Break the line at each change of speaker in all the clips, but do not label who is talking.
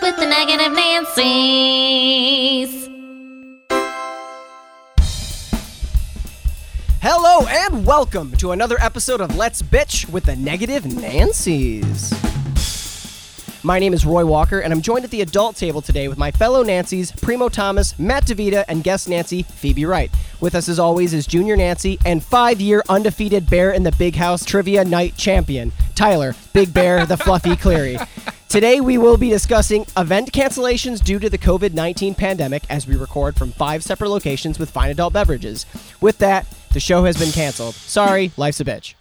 with the negative Nancy's.
Hello and welcome to another episode of Let's Bitch with the Negative Nancy's. My name is Roy Walker, and I'm joined at the adult table today with my fellow Nancy's, Primo Thomas, Matt DeVita, and guest Nancy, Phoebe Wright. With us, as always, is junior Nancy and five year undefeated Bear in the Big House Trivia Night champion, Tyler, Big Bear, the Fluffy Cleary. Today, we will be discussing event cancellations due to the COVID 19 pandemic as we record from five separate locations with fine adult beverages. With that, the show has been canceled. Sorry, life's a bitch.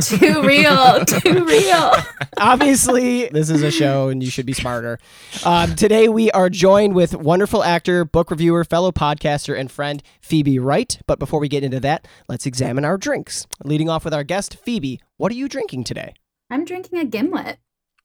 Too real, too real.
obviously this is a show and you should be smarter um, today we are joined with wonderful actor book reviewer fellow podcaster and friend phoebe wright but before we get into that let's examine our drinks leading off with our guest phoebe what are you drinking today
I'm drinking a gimlet.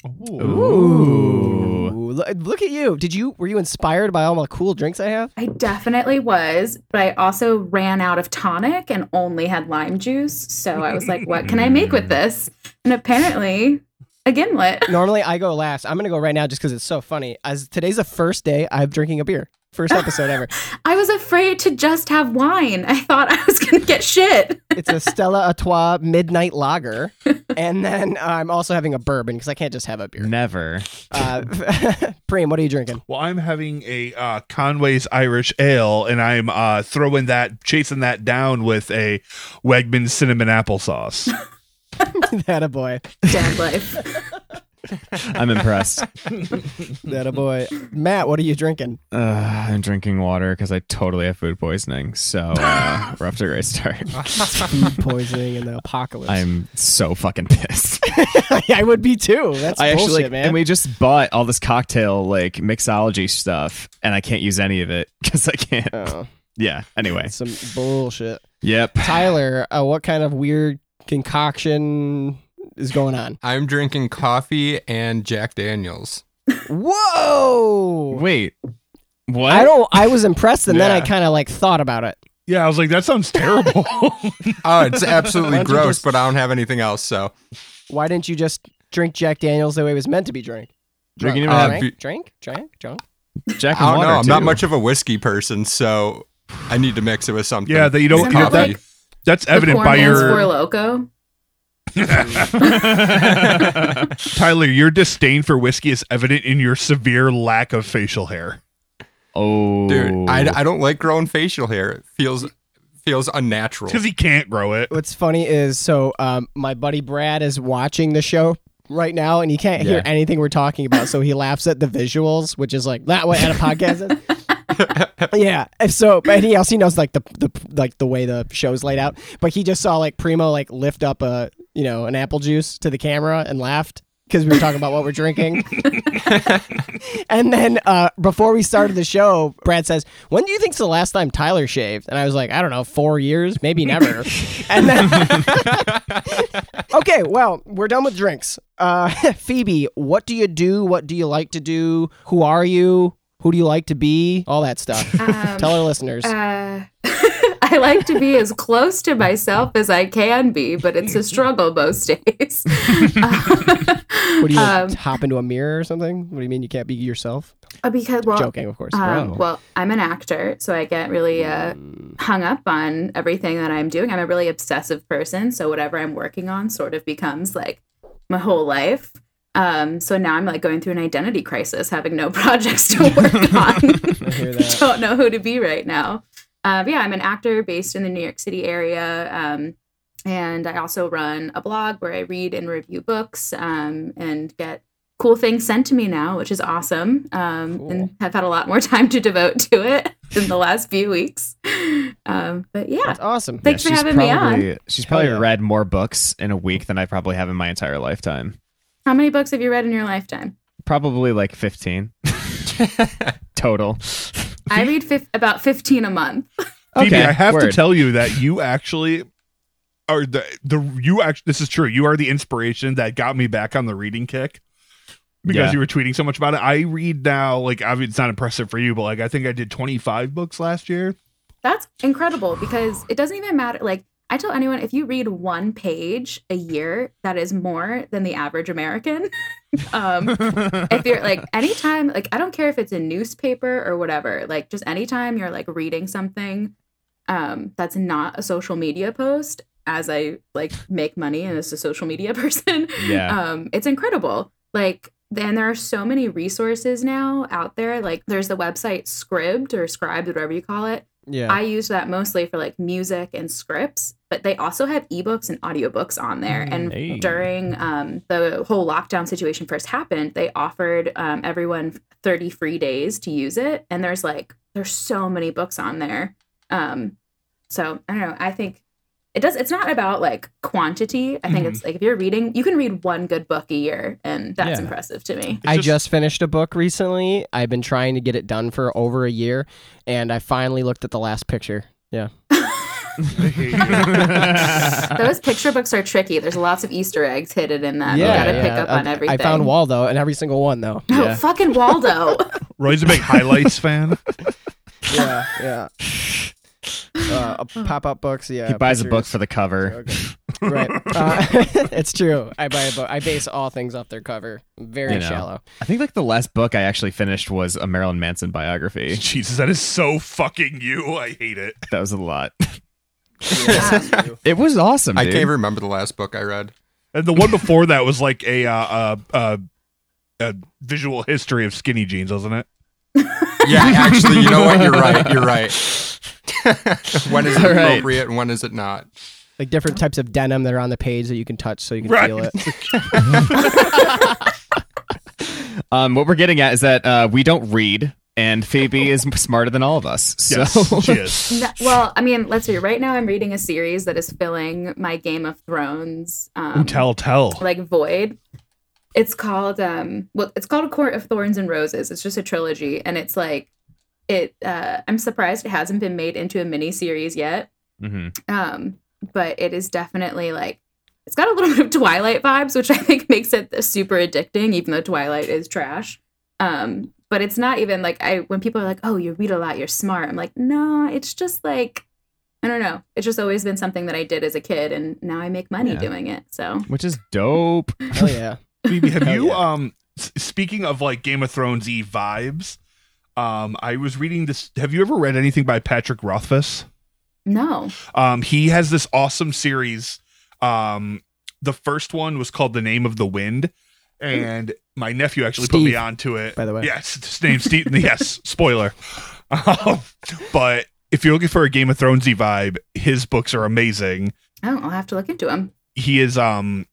Ooh.
Ooh, lo- look at you did you were you inspired by all the cool drinks i have
I definitely was, but I also ran out of tonic and only had lime juice. So I was like, what can I make with this? And apparently, a gimlet.
normally i go last i'm gonna go right now just because it's so funny as today's the first day i'm drinking a beer first episode ever
I was afraid to just have wine. I thought I was going to get shit.
it's a Stella Artois Midnight Lager, and then I'm also having a bourbon because I can't just have a beer.
Never.
Uh, Preem, what are you drinking?
Well, I'm having a uh, Conway's Irish Ale, and I'm uh, throwing that, chasing that down with a Wegmans cinnamon applesauce.
that a boy.
Dad life.
I'm impressed.
That a boy. Matt, what are you drinking?
Uh, I'm drinking water because I totally have food poisoning. So uh, we're off to a great start.
Food poisoning and the apocalypse.
I'm so fucking pissed.
I would be too. That's
I
bullshit,
actually,
man.
and we just bought all this cocktail like mixology stuff, and I can't use any of it because I can't.
oh,
Yeah. Anyway.
some bullshit.
Yep.
Tyler, uh, what kind of weird concoction is going on?
I'm drinking coffee and Jack Daniels.
Whoa!
Wait. What?
I don't. I was impressed, and then I
Yeah.
kind of like thought about it.
yeah, I was like, that sounds terrible.
Oh, it's
Why
absolutely
don't you
gross,
just-
but I don't have anything else. So,
Why didn't you just drink Jack Daniels the way it was meant to be drank?
Drinking
Drunk.
it
Uh,
with
drink, drink, drink, drunk.
Jack and
I don't
water,
know. I'm not
too.
much of a whiskey person, so I need to mix it with something.
yeah, that you don't
And
Sounds
you know,
coffee.
that. That's
the
evident
poor
by
man's
your
Four Loko.
Tyler. Your disdain for whiskey is evident in your severe lack of facial hair.
Oh,
Dude, I, I don't like growing facial hair. It feels feels unnatural.
Because he can't grow it.
What's funny is so um, my buddy Brad is watching the show right now and he can't hear
Yeah.
anything we're talking about, so he laughs at the visuals, which is like that way at a podcast. is." yeah. And so and he also knows like the the like the way the show's laid out, but he just saw like Primo like lift up a you know an apple juice to the camera and laughed. Because we were talking about what we're drinking. and then uh, before we started the show, Brad says, When do you think's the last time Tyler shaved? And I was like, I don't know, four years, maybe never. and then okay, well, we're done with drinks. Uh, Phoebe, what do you do? What do you like to do? Who are you? Who do you like to be? All that stuff.
Um,
Tell our listeners.
Uh, I like to be as close to myself as I can be, but it's a struggle most days. Uh,
what do you like,
um,
hop into a mirror or something? What do you mean you can't be yourself?
uh, because well,
Joking, of course.
Wow.
um, well, I'm an actor, so I get really uh, hung up on everything that I'm doing. I'm a really obsessive person, so whatever I'm working on sort of becomes like my whole life. Um, so now I'm like going through an identity crisis, having no projects to work on.
I hear
I
that.
don't know who to be right now. Uh, but yeah, I'm an actor based in the New York City area. Um, and I also run a blog where I read and review books um, and get cool things sent to me now, which is awesome. Um, And have had a lot more time to devote to it in the last few weeks. Um, but yeah,
That's awesome.
Thanks for
she's
having me on.
probably- She's probably
Hell yeah.
read more books in a week than I probably have in my entire lifetime.
how many books have you read in your lifetime?
Probably like 15 total.
I read fif- about 15 a month.
Phoebe,
Okay,
I have
word.
to tell you that you actually are the the you actually this is true. You are the inspiration that got me back on the reading kick because
Yeah.
you were tweeting so much about it. I read now like I mean, it's not impressive for you, but like I think I did 25 books last year.
That's incredible because it doesn't even matter. Like, I tell anyone if you read one page a year, that is more than the average American. Um, if you're like anytime like i don't care if it's a newspaper or whatever like just anytime you're like reading something um that's not a social media post as i like make money and as a social media person
yeah.
um it's incredible like and there are so many resources now out there like there's the website scribd or scribed whatever you call it
Yeah.
i use that mostly for like music and scripts but they also have ebooks and audiobooks on there
Mm,
and
Hey.
during um, the whole lockdown situation first happened they offered um, everyone 30 free days to use it and there's like there's so many books on there um, so i don't know i think it does it's not about like quantity i think it's like if you're reading you can read one good book a year and that's
Mm-hmm. Yeah.
impressive to me
I
just-
just finished a book recently. I've been trying to get it done for over a year, and I finally looked at the last picture. Yeah.
I hate you.
um, those picture books are tricky there's lots of easter eggs hidden in them you
yeah.
gotta pick
yeah.
up on
I-
everything
I found Waldo and every single one though.
no
Yeah.
Oh, fucking waldo
Roy's a big highlights fan.
yeah, yeah. Uh, pop up books. Yeah.
he buys a book
pictures.
for the cover.
Okay. right. Uh, it's true. I buy a book. I base all things off their cover. Very
You know.
shallow.
I think like the last book I actually finished was a Marilyn Manson biography.
Jesus, that is so fucking you. I hate it.
That was a lot.
Yeah.
It was awesome.
I
dude.
can't remember the last book I read.
And the one before that was like a uh, uh, uh, a visual history of skinny jeans, wasn't it?
Yeah, actually, you know what? You're right. You're right. when is it
All right.
appropriate and when is it not?
Like different types of denim that are on the page that you can touch, so you can
Right.
feel it.
Um, what we're getting at is that uh, we don't read, and Phoebe is smarter than all of us. So
Yes, she is.
No, well, I mean, let's see. Right now, I'm reading a series that is filling my Game of Thrones um,
tell, tell.
like void. It's called um, well, it's called A Court of Thorns and Roses. It's just a trilogy, and it's like it. Uh, I'm surprised it hasn't been made into a mini series yet.
Mhm.
Um, but it is definitely like it's got a little bit of Twilight vibes, which I think makes it super addicting, even though Twilight is trash. Um, but it's not even like I when people are like, "Oh, you read a lot, you're smart." I'm like, "No, it's just like I don't know. It's just always been something that I did as a kid, and now I make money
Yeah.
doing it." So
which is dope.
Hell Oh, yeah.
Phoebe, have
Hell
you
yeah.
um s- speaking of like Game of Thrones e vibes? Um, I was reading this. Have you ever read anything by Patrick Rothfuss?
no,
Um, he has this awesome series. Um, the first one was called The Name of the Wind, and my nephew actually put me
Steve,
onto it.
by the way.
yes, his name's Steve. yes, spoiler. Um, but if you're looking for a Game of Thronesy vibe, his books are amazing.
oh, I'll have to look into him.
He is um,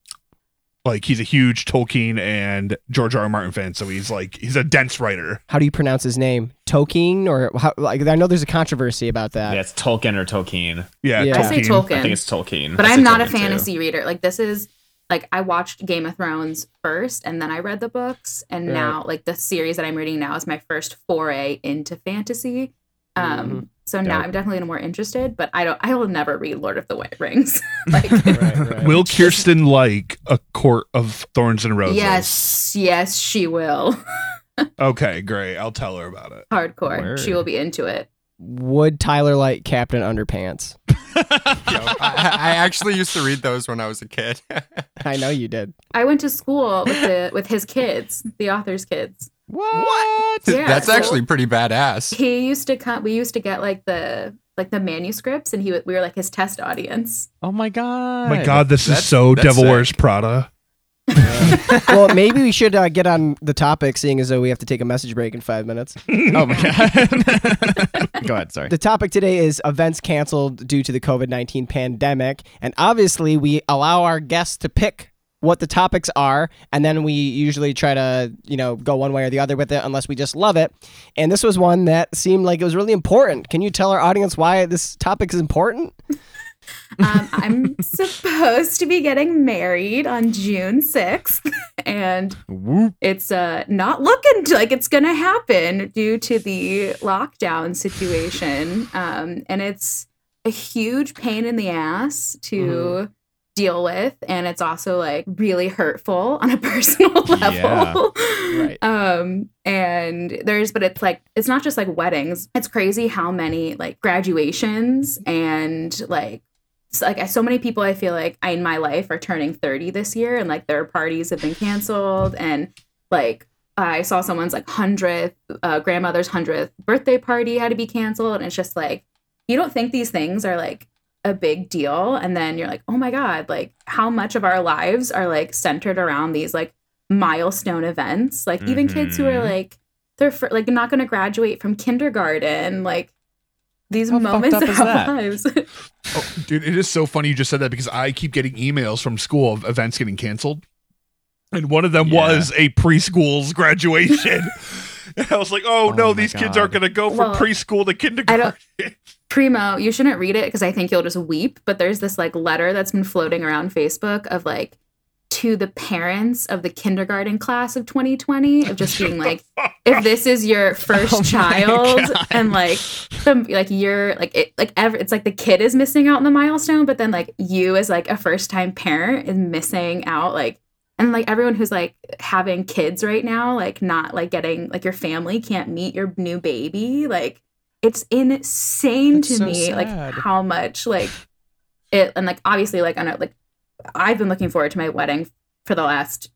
like he's a huge Tolkien and George R. R. Martin fan, so he's like he's a dense writer.
How do you pronounce his name? Tolkien or how, like I know there's a controversy about that.
it's Tolkien or Tolkien.
Yeah,
Yeah.
I say Tolkien,
Tolkien.
but I'm not a fantasy reader. Like this is like I watched Game of Thrones first, and then I read the books, and
Right.
now like the series that I'm reading now is my first foray into fantasy. Um, so now
Dope.
I'm definitely more interested, but I don't. I will never read Lord of the Wi- Rings. like,
Right, right.
Will Kirsten like a court of thorns and roses?
yes, yes, she will.
Okay, great. I'll tell her about it.
Hardcore. She
Word.
will be into it.
Would Tyler like Captain Underpants?
You know, I, I actually used to read those when I was a kid.
I know you did.
I went to school with the with his kids, the author's kids.
What?
Yeah,
That's
so-
actually pretty badass.
He used to come. We used to get like the like the manuscripts, and he w- we were like his test audience.
Oh my god!
My God, this is
That's-
so
that's
Devil
sick.
Wears Prada.
well, maybe we should uh, get on the topic, seeing as though we have to take a message break in five minutes.
Oh my god! Go ahead. Sorry.
The topic today is events canceled due to the COVID 19 pandemic. And obviously, we allow our guests to pick what the topics are. And then we usually try to, you know, go one way or the other with it unless we just love it. And this was one that seemed like it was really important. Can you tell our audience why this topic is important?
Um, I'm supposed to be getting married on June 6th, and
Whoop.
it's uh, not looking t- like it's going to happen due to the lockdown situation. Um, and it's a huge pain in the ass to deal with. And it's also like really hurtful on a personal
Yeah.
level.
Right.
Um, and there's, but it's like, it's not just like weddings. It's crazy how many like graduations and like so, like so many people I feel like in my life are turning 30 this year and like their parties have been canceled and like I saw someone's like 100th uh, grandmother's 100th birthday party had to be canceled and it's just like you don't think these things are like a big deal and then you're like oh my god like how much of our lives are like centered around these like milestone events like even kids who are
Mhm.
like they're fr- like not going to graduate from kindergarten like these
How fucked
moments
up
of
is
our
that?
lives
Oh, dude, it is so funny you just said that because I keep getting emails from school of events getting canceled. And one of them
Yeah.
was a preschool's graduation. and I was like, oh,
Oh
no,
my
these kids
God.
aren't going to go from
Well,
preschool to kindergarten.
Primo, you shouldn't read it because I think you'll just weep. But there's this like letter that's been floating around Facebook of like to the parents of the kindergarten class of 2020 of just being like, if this is your first child and like the like you're like it like ever it's like the kid is missing out on the milestone, but then like you as like a first time parent is missing out like and like everyone who's like having kids right now like not like getting like your family can't meet your new baby like it's insane
That's
to
so
me like
sad.
how much like it and like obviously like i know like i've been looking forward to my wedding for the last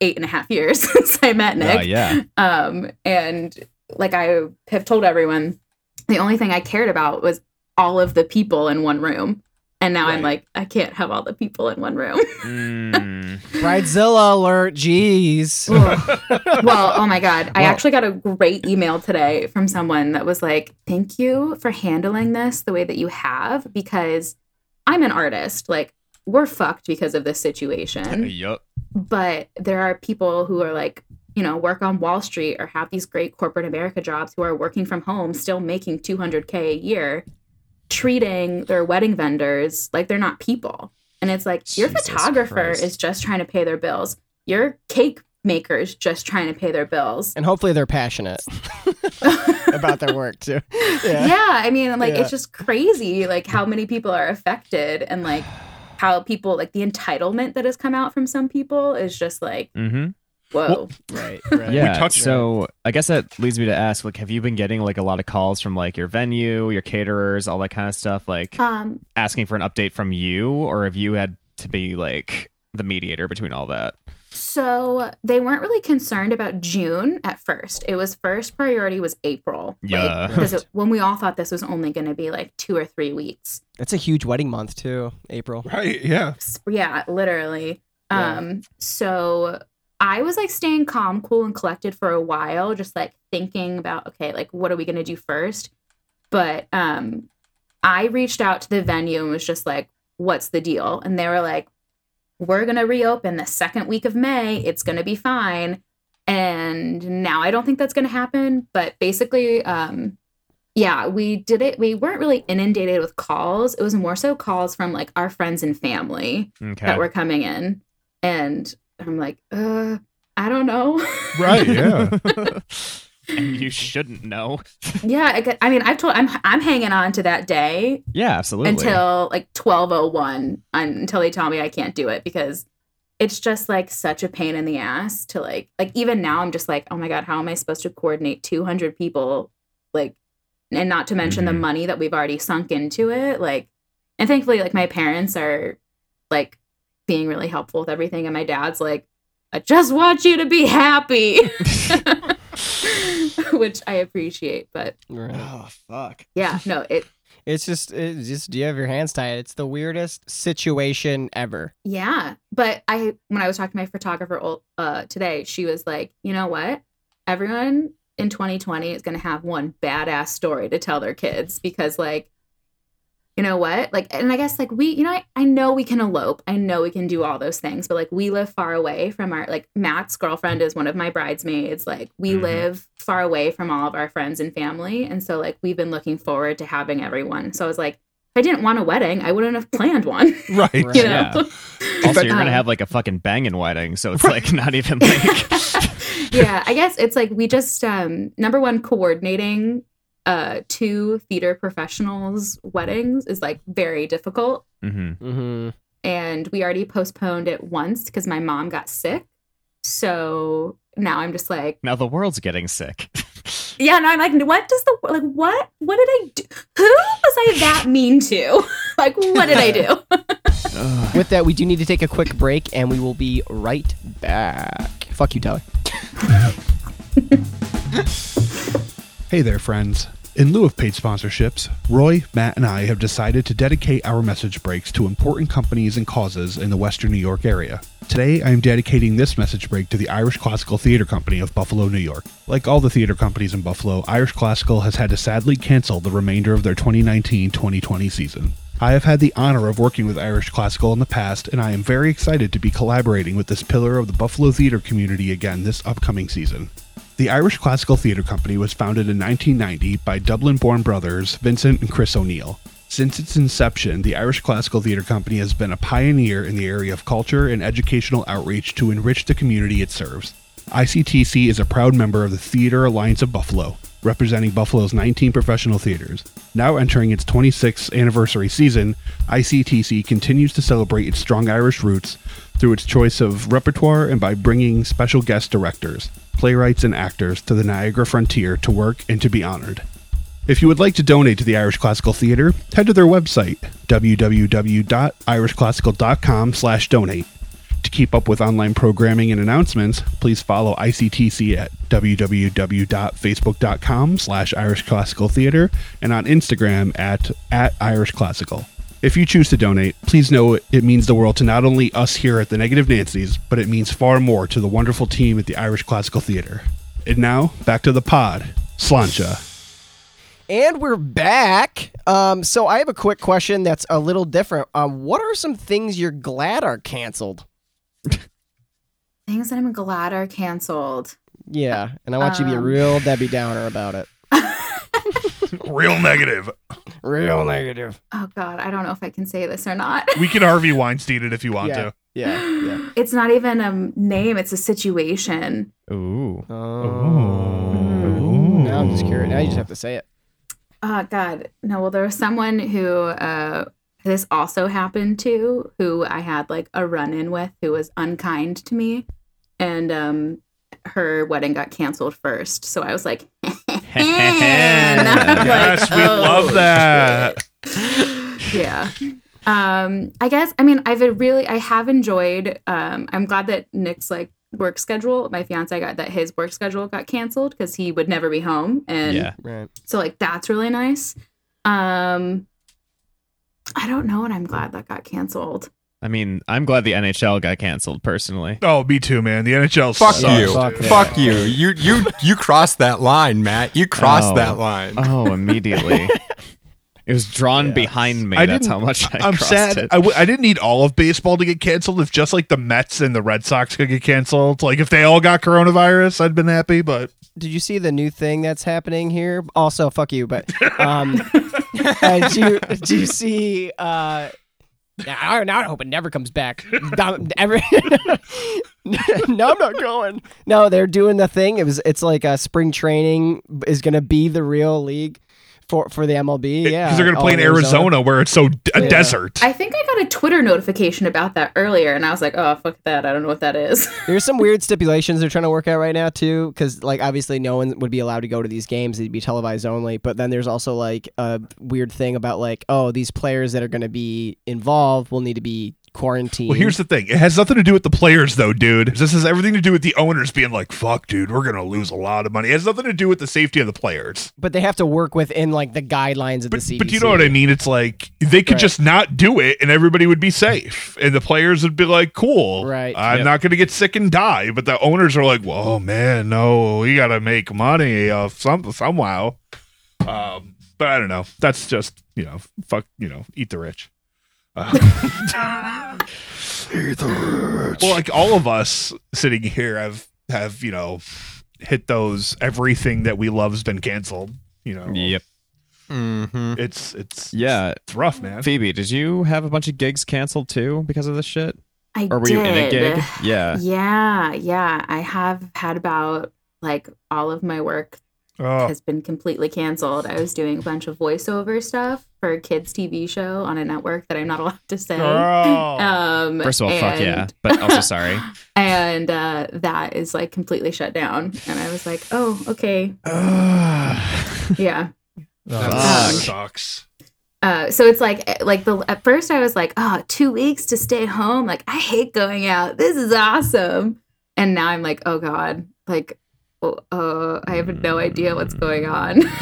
eight and a half years since i met nick
Uh, yeah.
um and like i have told everyone the only thing i cared about was all of the people in one room and now i'm like i can't have all the people in one room
Mm.
Bridezilla alert, jeez.
Ugh. well, oh my God. I
Well-
actually got a great email today from someone that was like, Thank you for handling this the way that you have because I'm an artist. Like, we're fucked because of this situation.
yup.
But there are people who are like, you know, work on Wall Street or have these great corporate America jobs who are working from home, still making 200K a year, treating their wedding vendors like they're not people. And it's like, your
Jesus
photographer
Christ.
is just trying to pay their bills, your cake maker's just trying to pay their bills.
And hopefully they're passionate about their work too.
Yeah,
Yeah.
I mean, like,
Yeah.
it's just crazy, like, how many people are affected and, like, how people, like, the entitlement that has come out from some people is just like,
Mm-hmm.
whoa.
Right, right.
Yeah.
touched-
so I guess that leads me to ask, like, have you been getting like a lot of calls from like your venue, your caterers, all that kind of stuff, like
um,
asking for an update from you, or have you had to be like the mediator between all that?
So they weren't really concerned about June at first. It was first priority was April. like,
Yeah.
Because it- when we all thought this was only going to be like two or three weeks.
That's a huge wedding month too, April.
Right. Yeah.
S- Yeah, literally.
Yeah.
Um, so I was like staying calm, cool, and collected for a while, just like thinking about, okay, like what are we going to do first? But um, I reached out to the venue and was just like, what's the deal? And they were like, we're going to reopen the second week of May. It's going to be fine. And now I don't think that's going to happen. But basically, um, yeah, we did it. We weren't really inundated with calls. It was more so calls from like our friends and family
Okay.
that were coming in. And I'm like, uh, I don't know.
Right. Yeah.
and you shouldn't know.
yeah, I, get- I mean, I've told I'm I'm hanging on to that day
Yeah, absolutely.
until like 1201 until they tell me I can't do it because it's just like such a pain in the ass to like like even now I'm just like oh my god how am I supposed to coordinate 200 people like and not to mention the
Mhm.
money that we've already sunk into it like and thankfully like my parents are like being really helpful with everything and my dad's like I just want you to be happy which I appreciate but
Right.
oh fuck.
yeah no it
It's just, it's just you have your hands tied. It's the weirdest situation ever.
Yeah, but I when I was talking to my photographer ol- uh, today, she was like, "You know what? Everyone in 2020 is going to have one badass story to tell their kids because, like, you know what? Like, and I guess like we, you know, I, I know we can elope, I know we can do all those things, but like we live far away from our like Matt's girlfriend is one of my bridesmaids. Like we
Mhm.
live far away from all of our friends and family, and so like we've been looking forward to having everyone. So I was like, if I didn't want a wedding, I wouldn't have planned one.
Right.
Right.
You know?
Yeah. Also, you're
Um,
gonna have like a fucking banging wedding, so it's like not even like.
yeah, I guess it's like we just um number one coordinating uh two theater professionals weddings is like very difficult
Mhm.
Mm-hmm.
and we already postponed it once because my mom got sick. So now I'm just like
Now the world's getting sick.
yeah, no, I'm like, what does the like what what did I do? Who was I that mean to? like, what did I do?
With that, we do need to take a quick break, and we will be right back. Fuck you, Tyler.
Hey there, friends. In lieu of paid sponsorships, Roy, Matt, and I have decided to dedicate our message breaks to important companies and causes in the Western New York area. Today, I am dedicating this message break to the Irish Classical Theater Company of Buffalo, New York. Like all the theater companies in Buffalo, Irish Classical has had to sadly cancel the remainder of their 2019 2020 season. I have had the honor of working with Irish Classical in the past, and I am very excited to be collaborating with this pillar of the Buffalo theater community again this upcoming season. The Irish Classical Theatre Company was founded in 1990 by Dublin born brothers Vincent and Chris O'Neill. Since its inception, the Irish Classical Theatre Company has been a pioneer in the area of culture and educational outreach to enrich the community it serves. ICTC is a proud member of the Theatre Alliance of Buffalo, representing Buffalo's 19 professional theaters. Now entering its 26th anniversary season, ICTC continues to celebrate its strong Irish roots through its choice of repertoire and by bringing special guest directors, playwrights, and actors to the Niagara frontier to work and to be honored. If you would like to donate to the Irish Classical Theatre, head to their website, www.irishclassical.com slash donate. To keep up with online programming and announcements, please follow ICTC at www.facebook.com slash Irish Classical Theater and on Instagram at, at Irish Classical. If you choose to donate, please know it means the world to not only us here at the Negative Nancy's, but it means far more to the wonderful team at the Irish Classical Theater. And now, back to the pod. Slancha.
And we're back. Um, so I have a quick question that's a little different. Um, what are some things you're glad are canceled?
Things that I'm glad are canceled.
Yeah, and I want you to be a
Um.
real Debbie Downer about it.
Real negative.
Real negative.
Oh God, I don't know if I can say this or not.
We can Harvey Weinstein it if you want
Yeah.
to.
Yeah, yeah.
It's not even a name; it's a situation.
Ooh.
Oh.
Ooh.
Now I'm just curious. Now you just have to say it.
Oh God, no. Well, there was someone who uh, this also happened to, who I had like a run-in with, who was unkind to me, and um, her wedding got canceled first. So I was like, and I'm like,
Yes, we
oh,
love that.
yeah um i guess i mean i've really i have enjoyed um i'm glad that nick's like work schedule my fiance got that his work schedule got canceled because he would never be home and
Yeah.
Right.
so like that's really nice um i don't know and i'm glad that got canceled
I mean, I'm glad the NHL got canceled personally.
Oh, me too, man. The NHL
Fuck
sucks.
you.
Fuck that.
Fuck you. You you you crossed that line, Matt. You crossed
Oh.
that line.
Oh, immediately. it was drawn
Yes.
behind me.
I
That's how
didn't-
much I
I'm
crossed
sad.
it.
I, w- I didn't need all of baseball to get canceled. If just like the Mets and the Red Sox could get canceled, like if they all got coronavirus, I'd been happy. But
Did you see the new thing that's happening here? Also, fuck you. But um, uh, do you do you see? Uh, nah, I, I hope it never comes back. Dom- Every, no, I'm not going. No, they're doing the thing. It was. It's like uh, spring training is going to be the real league for for the MLB. Yeah,
because they're gonna play
all
in Arizona, where it's so d- a
Yeah.
desert.
i think i got a twitter notification about that earlier and i was like oh fuck that i don't know what that is
There's some weird stipulations they're trying to work out right now too, because like obviously no one would be allowed to go to these games; they'd be televised only. But then there's also like a weird thing about like, oh, these players that are going to be involved will need to be quarantined.
well, here's the thing. It has nothing to do with the players, though, dude. This has everything to do with the owners being like, "Fuck, dude, we're gonna lose a lot of money." It has nothing to do with the safety of the players.
but they have to work within like the guidelines of
But,
the CDC.
but you know what I mean? It's like they could
Right.
just not do it, and everybody would be safe, and the players would be like, "Cool,
Right.
I'm
Yep.
not going to get sick and die." But the owners are like, "Well, man, no, we got to make money off some somehow." Um, but I don't know. That's just you know, fuck, you know, eat the rich. Uh, Well, like all of us sitting here have have you know hit those everything that we love's been canceled. You know,
Yep.
hmm
it's it's
Yeah.
it's rough, man.
Phoebe, did you have a bunch of gigs canceled too because of this shit?
i
Or were
did
you in a gig? Yeah.
Yeah, yeah. I have had about like all of my work
Oh,
has been completely canceled. I was doing a bunch of voiceover stuff for a kids' TV show on a network that I'm not allowed to say. Um,
First of all, fuck yeah,
and-
but also sorry.
And uh, that is like completely shut down. And I was like, oh, okay, yeah.
that
Fuck.
sucks.
Uh, so it's like like the at first I was like, oh, two weeks to stay home. Like I hate going out. This is awesome. And now I'm like, oh god, like, oh, uh, I have no idea what's going on.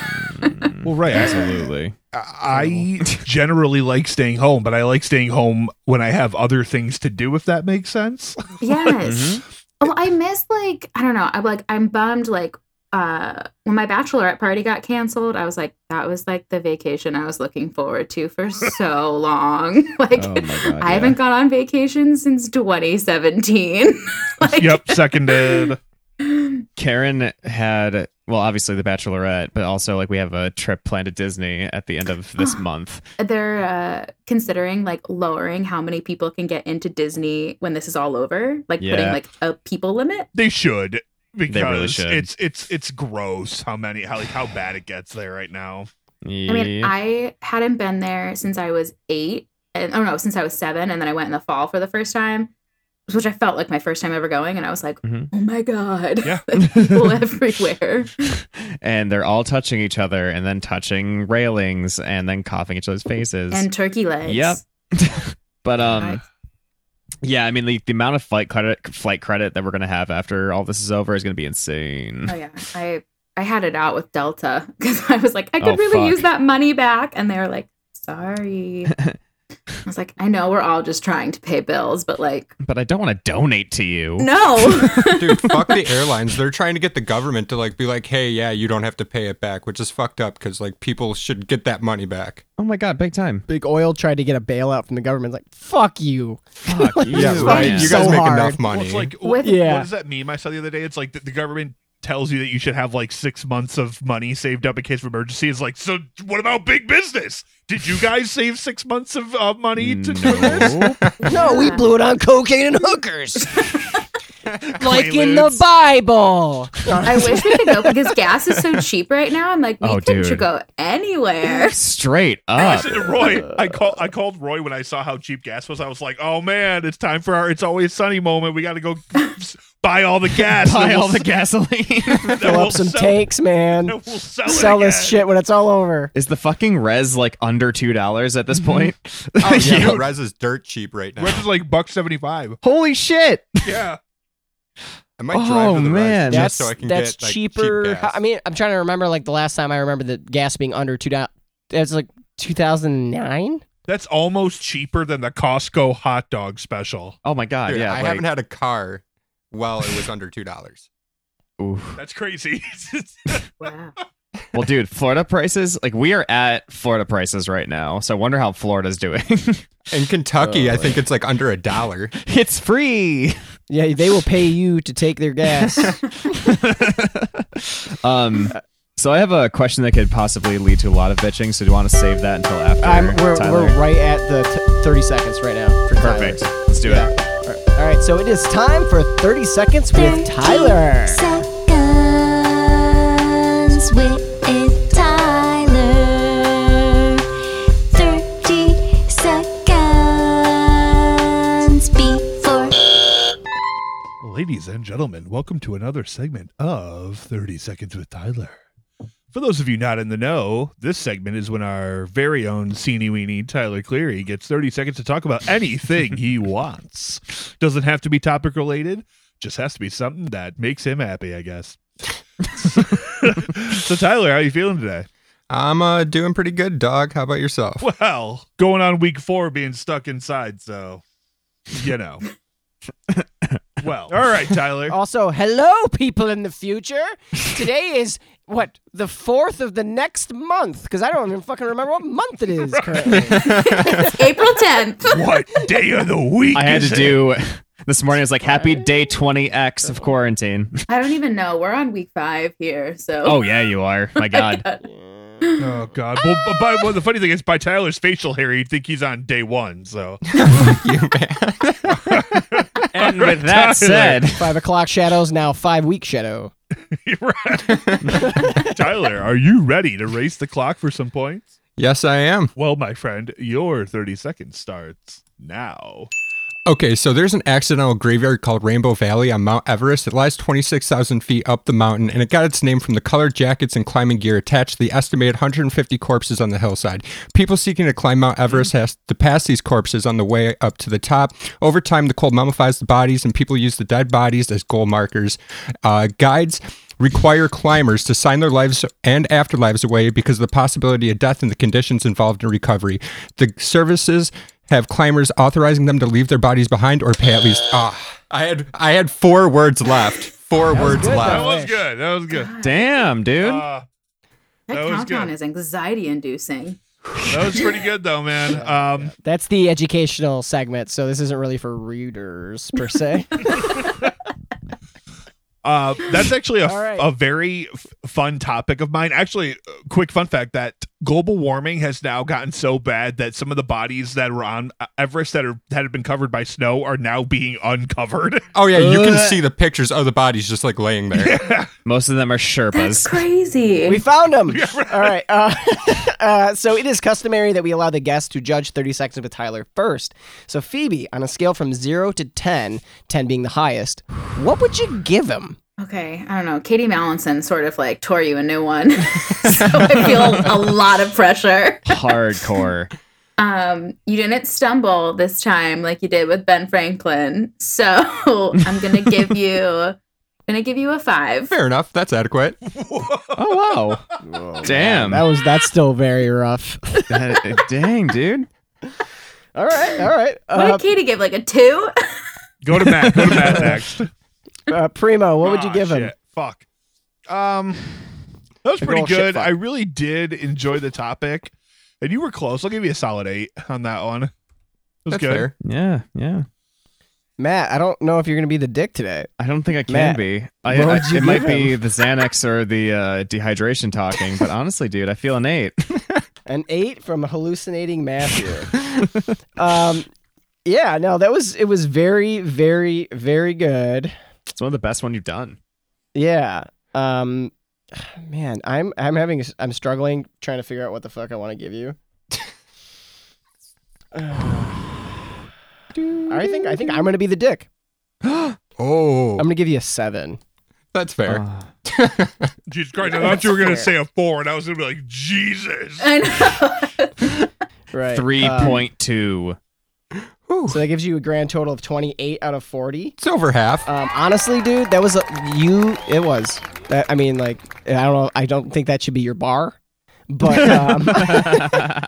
Well, right.
Absolutely.
I generally like staying home, but I like staying home when I have other things to do, if that makes sense.
Yes.
Mm-hmm.
Oh, I miss like I don't know. I'm like I'm bummed. Like uh, when my bachelorette party got canceled, I was like that was like the vacation I was looking forward to for so long. Like
Oh my god.
I
yeah.
haven't gone on vacation since 2017. like,
yep, seconded.
Karen had well, obviously the Bachelorette, but also like we have a trip planned to Disney at the end of this month.
They're uh, considering like lowering how many people can get into Disney when this is all over. Like putting
Yeah.
like a people limit.
They should because
really should.
it's it's it's gross how many how like how bad it gets there right now.
I mean, I hadn't been there since I was eight, and oh no, since I was seven, and then I went in the fall for the first time, which I felt like my first time ever going, and I was like,
Mhm.
oh my god,
Yeah.
There's people everywhere.
and they're all touching each other and then touching railings and then coughing each other's faces.
and turkey legs.
Yep. but um
Right.
yeah, I mean the, the amount of flight credit flight credit that we're gonna have after all this is over is gonna be insane.
Oh yeah, I I had it out with Delta because I was like, I could
Oh,
really
fuck.
use that money back, and they were like, sorry. I was like, I know we're all just trying to pay bills, but like,
But I don't want to donate to you.
no.
Dude, fuck the airlines. They're trying to get the government to like be like, "Hey, yeah, you don't have to pay it back," which is fucked up because like people should get that money back.
Oh my god, big time.
Big oil tried to get a bailout from the government. It's Like, fuck you.
Fuck you.
Yeah, right.
You
man.
guys
So
make
hard.
enough
Well,
money.
it's like
With-
what,
Yeah.
what is that meme I saw the other day? It's like the, the government tells you that you should have like six months of money saved up in case of emergency. It's like, so what about big business? Did you guys save six months of uh, money to do this?
No.
No, we blew it on cocaine and hookers. like in the
Quaaludes.
Bible.
I wish we could go because gas is so cheap right now. I'm like, we
Oh,
could
dude.
go anywhere.
Straight
I
up.
said to Roy, I call I called Roy when I saw how cheap gas was. I was like, "Oh man, it's time for our it's always sunny moment. We got to go s- buy all the gas,
Buy
and
all
we'll
the
s-
gasoline.
and
Fill
we'll
up some
sell-
tanks, man.
and We'll sell,
Sell
it
this
again."
shit when it's all over.
Is the fucking res like under two dollars at this
Mm-hmm.
point?
oh, yeah,
You-
but res is dirt cheap right now.
We're just like buck seventy five.
Holy shit!
Yeah,
I might drive
Oh,
to the
man.
man.
Yeah,
Res
That's
just so I can
that's
get like, cheap
cheaper.
gas.
I mean, I'm trying to remember like the last time I remember the gas being under two dollars. That's like 2009.
that's almost cheaper than the Costco hot dog special.
Oh my god,
Dude,
yeah.
I
like-
haven't had a car while it was under two dollars.
Oof.
That's crazy.
Wow.
Well, dude, Florida prices, like we are at Florida prices right now. So I wonder how Florida's doing.
In Kentucky,
Oh,
I think it's like under a dollar.
it's free.
Yeah, they will pay you to take their gas.
um so I have a question that could possibly lead to a lot of bitching, so do you want to save that until after
I'm, we're,
Tyler?
we're right at the t- 30 seconds right now. For
Perfect.
Tyler's.
Let's do it.
All right, so it is time for 30 seconds with Tyler.
Seconds with Tyler. 30 seconds before
Ladies and gentlemen, welcome to another segment of 30 Seconds with Tyler. For those of you not in the know, this segment is when our very own seeny weeny Tyler Cleary gets 30 seconds to talk about anything he wants. Doesn't have to be topic related, just has to be something that makes him happy, I guess. so, Tyler, how are you feeling today?
I'm uh, doing pretty good, dog. How about yourself?
Well, going on week four being stuck inside, so, you know. well, all right, Tyler.
Also, hello, people in the future. Today is what the fourth of the next month because I don't even fucking remember what month it is currently.
April 10th.
what day of the week?
I had
is
to
it?
do this morning. It's like happy day twenty X of quarantine.
I don't even know. We're on week five here. So
Oh yeah, you are. My God.
Oh God! Well, but by, well, the funny thing is, by Tyler's facial hair, you'd think he's on day one. So,
you man.
And with that said,
Five o'clock shadows, now five week shadow.
Tyler, are you ready to race the clock for some points?
Yes, I am.
Well, my friend, your 30 seconds starts now.
Okay, so there's an accidental graveyard called Rainbow Valley on Mount Everest. It lies 26,000 feet up the mountain, and it got its name from the colored jackets and climbing gear attached to the estimated 150 corpses on the hillside. People seeking to climb Mount Everest has to pass these corpses on the way up to the top. Over time, the cold mummifies the bodies, and people use the dead bodies as goal markers. Uh, guides require climbers to sign their lives and afterlives away because of the possibility of death and the conditions involved in recovery. The services have climbers authorizing them to leave their bodies behind or pay at least ah I had I had four words left. Four words
That
left.
was good. That was good.
damn, dude.
Uh,
That,
That was
countdown
good.
is anxiety inducing.
that was pretty good, though, man. Um,
That's the educational segment, so this isn't really for readers per se.
Uh, that's actually a,
All right.
a very f- fun topic of mine. Actually, uh, quick fun fact that global warming has now gotten so bad that some of the bodies that were on uh, Everest that are that have been covered by snow are now being uncovered.
Oh yeah, you
Uh,
can see the pictures of the bodies just like laying there.
Most of them are
That's
Sherpas.
crazy.
we found them. All right. Uh, uh, so it is customary that we allow the guest to judge 30 seconds with Tyler first. So Phoebe, on a scale from zero to 10, 10 being the highest, what would you give him?
Okay, I don't know. Katie Mallinson sort of like tore you a new one, so I feel a lot of pressure.
Hardcore.
Um, you didn't stumble this time like you did with Ben Franklin, so I'm gonna give you, gonna give you a five.
Fair enough, that's adequate.
Oh wow. damn.
That was that's still very rough.
That- dang, dude.
All right, all right.
What
Uh,
did Katie give? Like a two?
go to Matt. Go to Matt next.
uh, Primo, what would you
Ah,
give him?
shit. Fuck. Um, that was
Big
pretty
ol' shit
good.
fuck.
I really did enjoy the topic, and you were close. I'll give you a solid eight on that one. It was
That's
good.
fair.
Yeah, yeah.
Matt, I don't know if you're gonna be the dick today.
I don't think I can
Matt,
be. I,
what
I-
would you
it might
give
be the Xanax or the uh, dehydration talking, but honestly, dude, I feel an eight.
An eight from hallucinating Matthew. um, yeah, no, that was it was very, very, very good.
It's one of the best one you've done.
Yeah. Um, man, I'm I'm having I'm struggling trying to figure out what the fuck I want to give you. I think I think I'm gonna be the dick.
Oh
I'm gonna give you a seven.
that's fair.
Uh, Jesus Christ! I thought you were gonna say a four, and I was gonna be like, Jesus.
I know.
Right.
Three
Um,
point two.
So that gives you a grand total of 28 out of 40.
it's over
uh,
half.
Um, honestly, dude, that was a, you. It was. Uh, I mean, like, I don't know. I don't think that should be your bar. But um,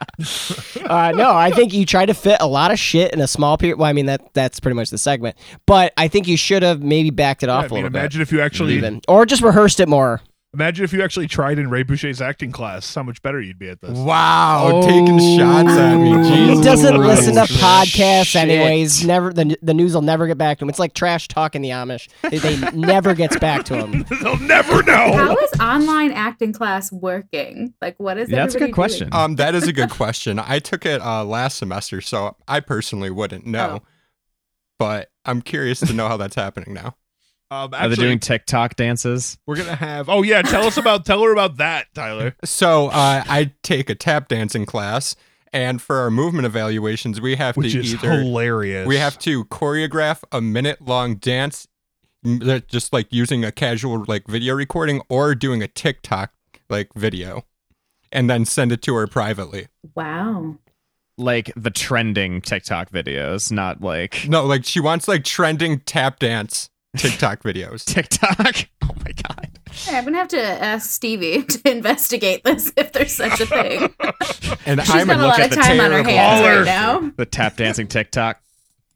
uh, no, I think you tried to fit a lot of shit in a small period. Well, I mean that that's pretty much the segment. But I think you should have maybe backed it off
I
a
mean,
little
imagine if you
bit,
actually
even or just rehearsed it more.
imagine if you actually tried in Ray Boucher's acting class. How much better you'd be at this.
Wow, taking shots at me.
Oh.
Jesus
He doesn't
Christ.
listen to podcasts,
Shit.
anyways. Never the the news will never get back to him. It's like trash talk in the Amish. They, they never gets back to him.
They'll never
Oh.
know.
How is online acting class working? Like, what is
Yeah, that's a
everybody
good question.
doing?
Um, that is a good question. I took it uh, last semester, so I personally wouldn't
Oh.
know. But I'm curious to know how that's happening now.
Um,
Are they
actually,
doing TikTok dances?
we're gonna have. Oh yeah, tell us about. Tell her about that, Tyler.
So uh, I take a tap dancing class, and for our movement evaluations, we have
Which
to
is
either
hilarious.
we have to choreograph a minute long dance, m- that- just like using a casual like video recording or doing a TikTok like video, and then send it to her privately.
Wow.
Like the trending TikTok videos, not like
No, like she wants like trending tap dance TikTok videos.
TikTok. Oh my god.
Hey, I'm gonna have to ask Stevie to investigate this if there's such a thing.
And
She's
I'm
got a
look
lot
at
of
the
time on her
terrible-
hands
Baller.
right now.
The tap dancing TikTok.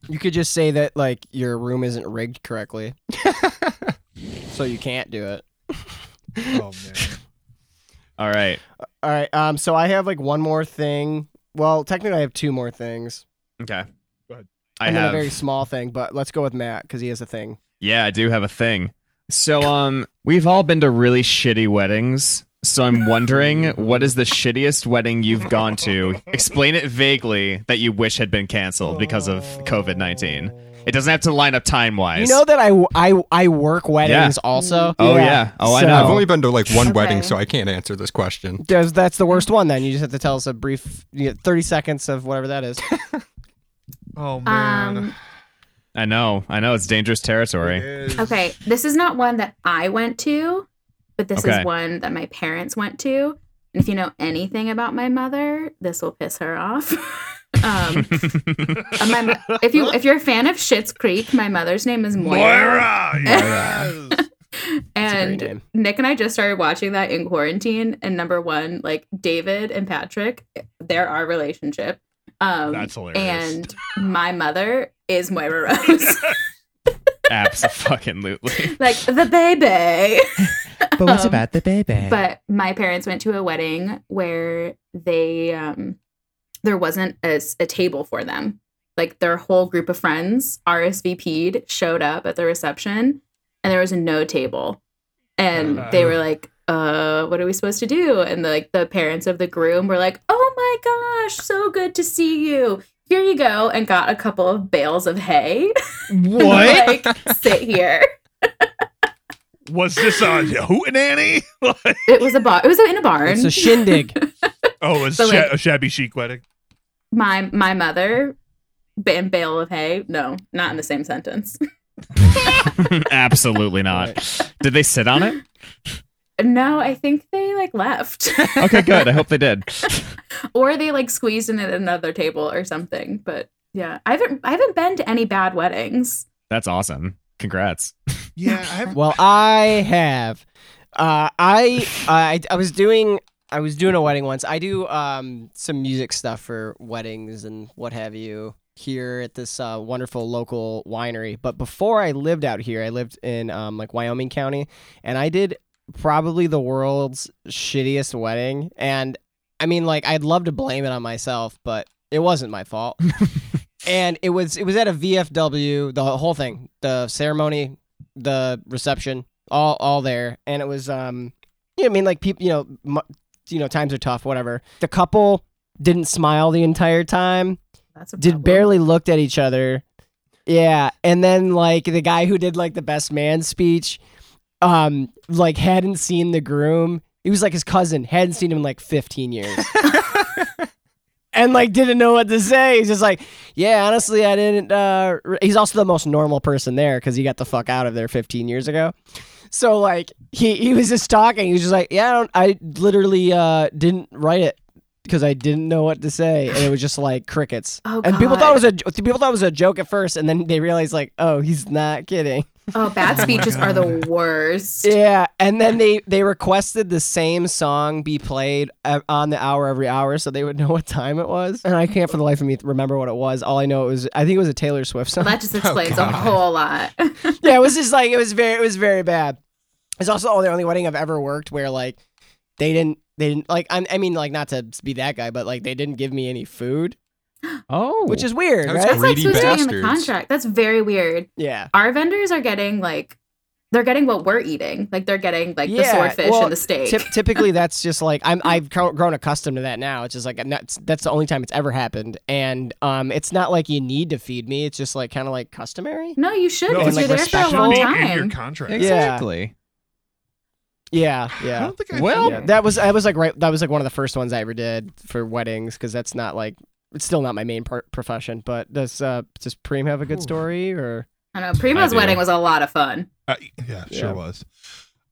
You could just say that like your room isn't rigged correctly. so you can't do it.
Oh man.
All right.
All right. Um so I have like one more thing. Well, technically I have two more things.
Okay.
Go ahead.
I
and then
have
a very small thing, but let's go with Matt cuz he has a thing.
Yeah, I do have a thing. So um we've all been to really shitty weddings. So I'm wondering what is the shittiest wedding you've gone to? Explain it vaguely that you wish had been canceled because of COVID-19. It doesn't have to line up time wise.
You know that I, I, I work weddings also.
Oh, yeah. Oh, I know.
I've only been to like one
Okay.
wedding, so I can't answer this question.
There's, that's the worst one. Then you just have to tell us a brief, you know, thirty seconds of whatever that is.
Oh man.
Um,
I know. I know. It's dangerous territory.
okay, this is not one that I went to, but this
Okay.
is one that my parents went to. And if you know anything about my mother, this will piss her off. um, uh, my mo- if you if you're a fan of Schitt's Creek, my mother's name is Moira,
Moira. Yes.
great
and
name.
Nick and I just started watching that in quarantine. And number one, like David and Patrick, they're our relationship. Um,
That's hilarious.
and my mother is Moira Rose,
Absolutely.
like the baby.
But
what's Um,
about the baby?
but my parents went to a wedding where they um there wasn't a, s- a table for them like their whole group of friends rsvp'd showed up at the reception and there was no table and
Uh-huh.
they were like uh what are we supposed to do and like the parents of the groom were like oh my gosh so good to see you here you go and got a couple of bales of hay
What
like sit here
was this a Oh, hootenanny? Like,
it was a bar it was in a barn
it's a shindig.
oh, it's
So,
sha-
like-
a shabby chic wedding.
my my mother ba- and bale of hay no not in the same sentence
Absolutely not. Did they sit on it?
no i think they like left
Okay, good. I hope they did.
or they like squeezed in at another table or something but yeah i haven't i haven't been to any bad weddings
That's awesome. Congrats.
Yeah, I have
well, I have. Uh, I, I I was doing I was doing a wedding once. I do um, some music stuff for weddings and what have you here at this uh, wonderful local winery. But before I lived out here, I lived in um, like Wyoming County, and I did probably the world's shittiest wedding. And I mean, like I'd love to blame it on myself, but it wasn't my fault. and it was it was at a VFW, the whole thing, the ceremony, the reception, all all there, and it was um, you know, I mean, like people, you know, mu you know, times are tough, whatever. The couple didn't smile the entire time,
that's a
did
problem.
barely looked at each other, yeah, and then like the guy who did like the best man speech, um, like hadn't seen the groom. He was like his cousin, hadn't seen him in like 15 years. and like didn't know what to say. He's just like, yeah, honestly, I didn't. Uh, re-" he's also the most normal person there because he got the fuck out of there 15 years ago. So like he he was just talking. He was just like, yeah, I, don't, I literally uh, didn't write it because I didn't know what to say, and it was just like crickets.
Oh,
and people thought it
God.
was a j- people thought it was a joke at first, and then they realized like, oh, he's not kidding.
oh bad speeches are the worst
Yeah, and then they they requested the same song be played uh, on the hour every hour, so they would know what time it was. And I can't for the life of me remember what it was. All I know it was I think it was a Taylor Swift song.
that just explains a whole lot
yeah, it was just like it was very it was very bad. It's also the only wedding I've ever worked where like they didn't they didn't like I, I mean like not to be that guy, but like they didn't give me any food,
Oh.
which is weird,
That's
right?
that's like
Greedy
supposed to be in the
bastards.
contract that's very weird
Yeah.
our vendors are getting like they're getting what we're eating like they're getting like the
Yeah,
swordfish
well,
and the steak
Typ- typically, that's just like I'm. I've gro- grown accustomed to that now. It's just like I'm not, that's the only time it's ever happened, and um, it's not like you need to feed me. It's just like kind of like customary.
no you should
No,
because
and, like,
you're there for a
respectful-
long
be in your
time
contract.
Exactly.
Yeah,
I
yeah.
don't think I
Well-
Yeah, that was I was like right. That was like one of the first ones I ever did for weddings because that's not like it's still not my main par- profession. But does uh does Preem have a good story or
i know prima's
do.
wedding was a lot of fun
Uh, yeah, sure
Yeah.
was.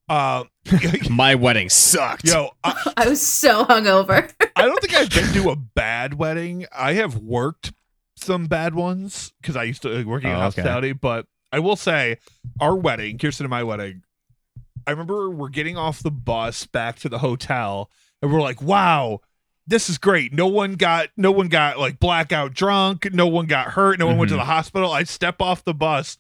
Uh,
My wedding sucked.
yo, I,
I was so hungover.
I don't think I've been to a bad wedding. I have worked some bad ones because I used to like, working in
Oh, okay.
hospitality. But I will say, our wedding, Kirsten and my wedding, I remember we're getting off the bus back to the hotel, and we're like, "Wow, this is great. No one got, no one got like blackout drunk. No one got hurt. No one went to
Mhm.
the hospital." I step off the bus,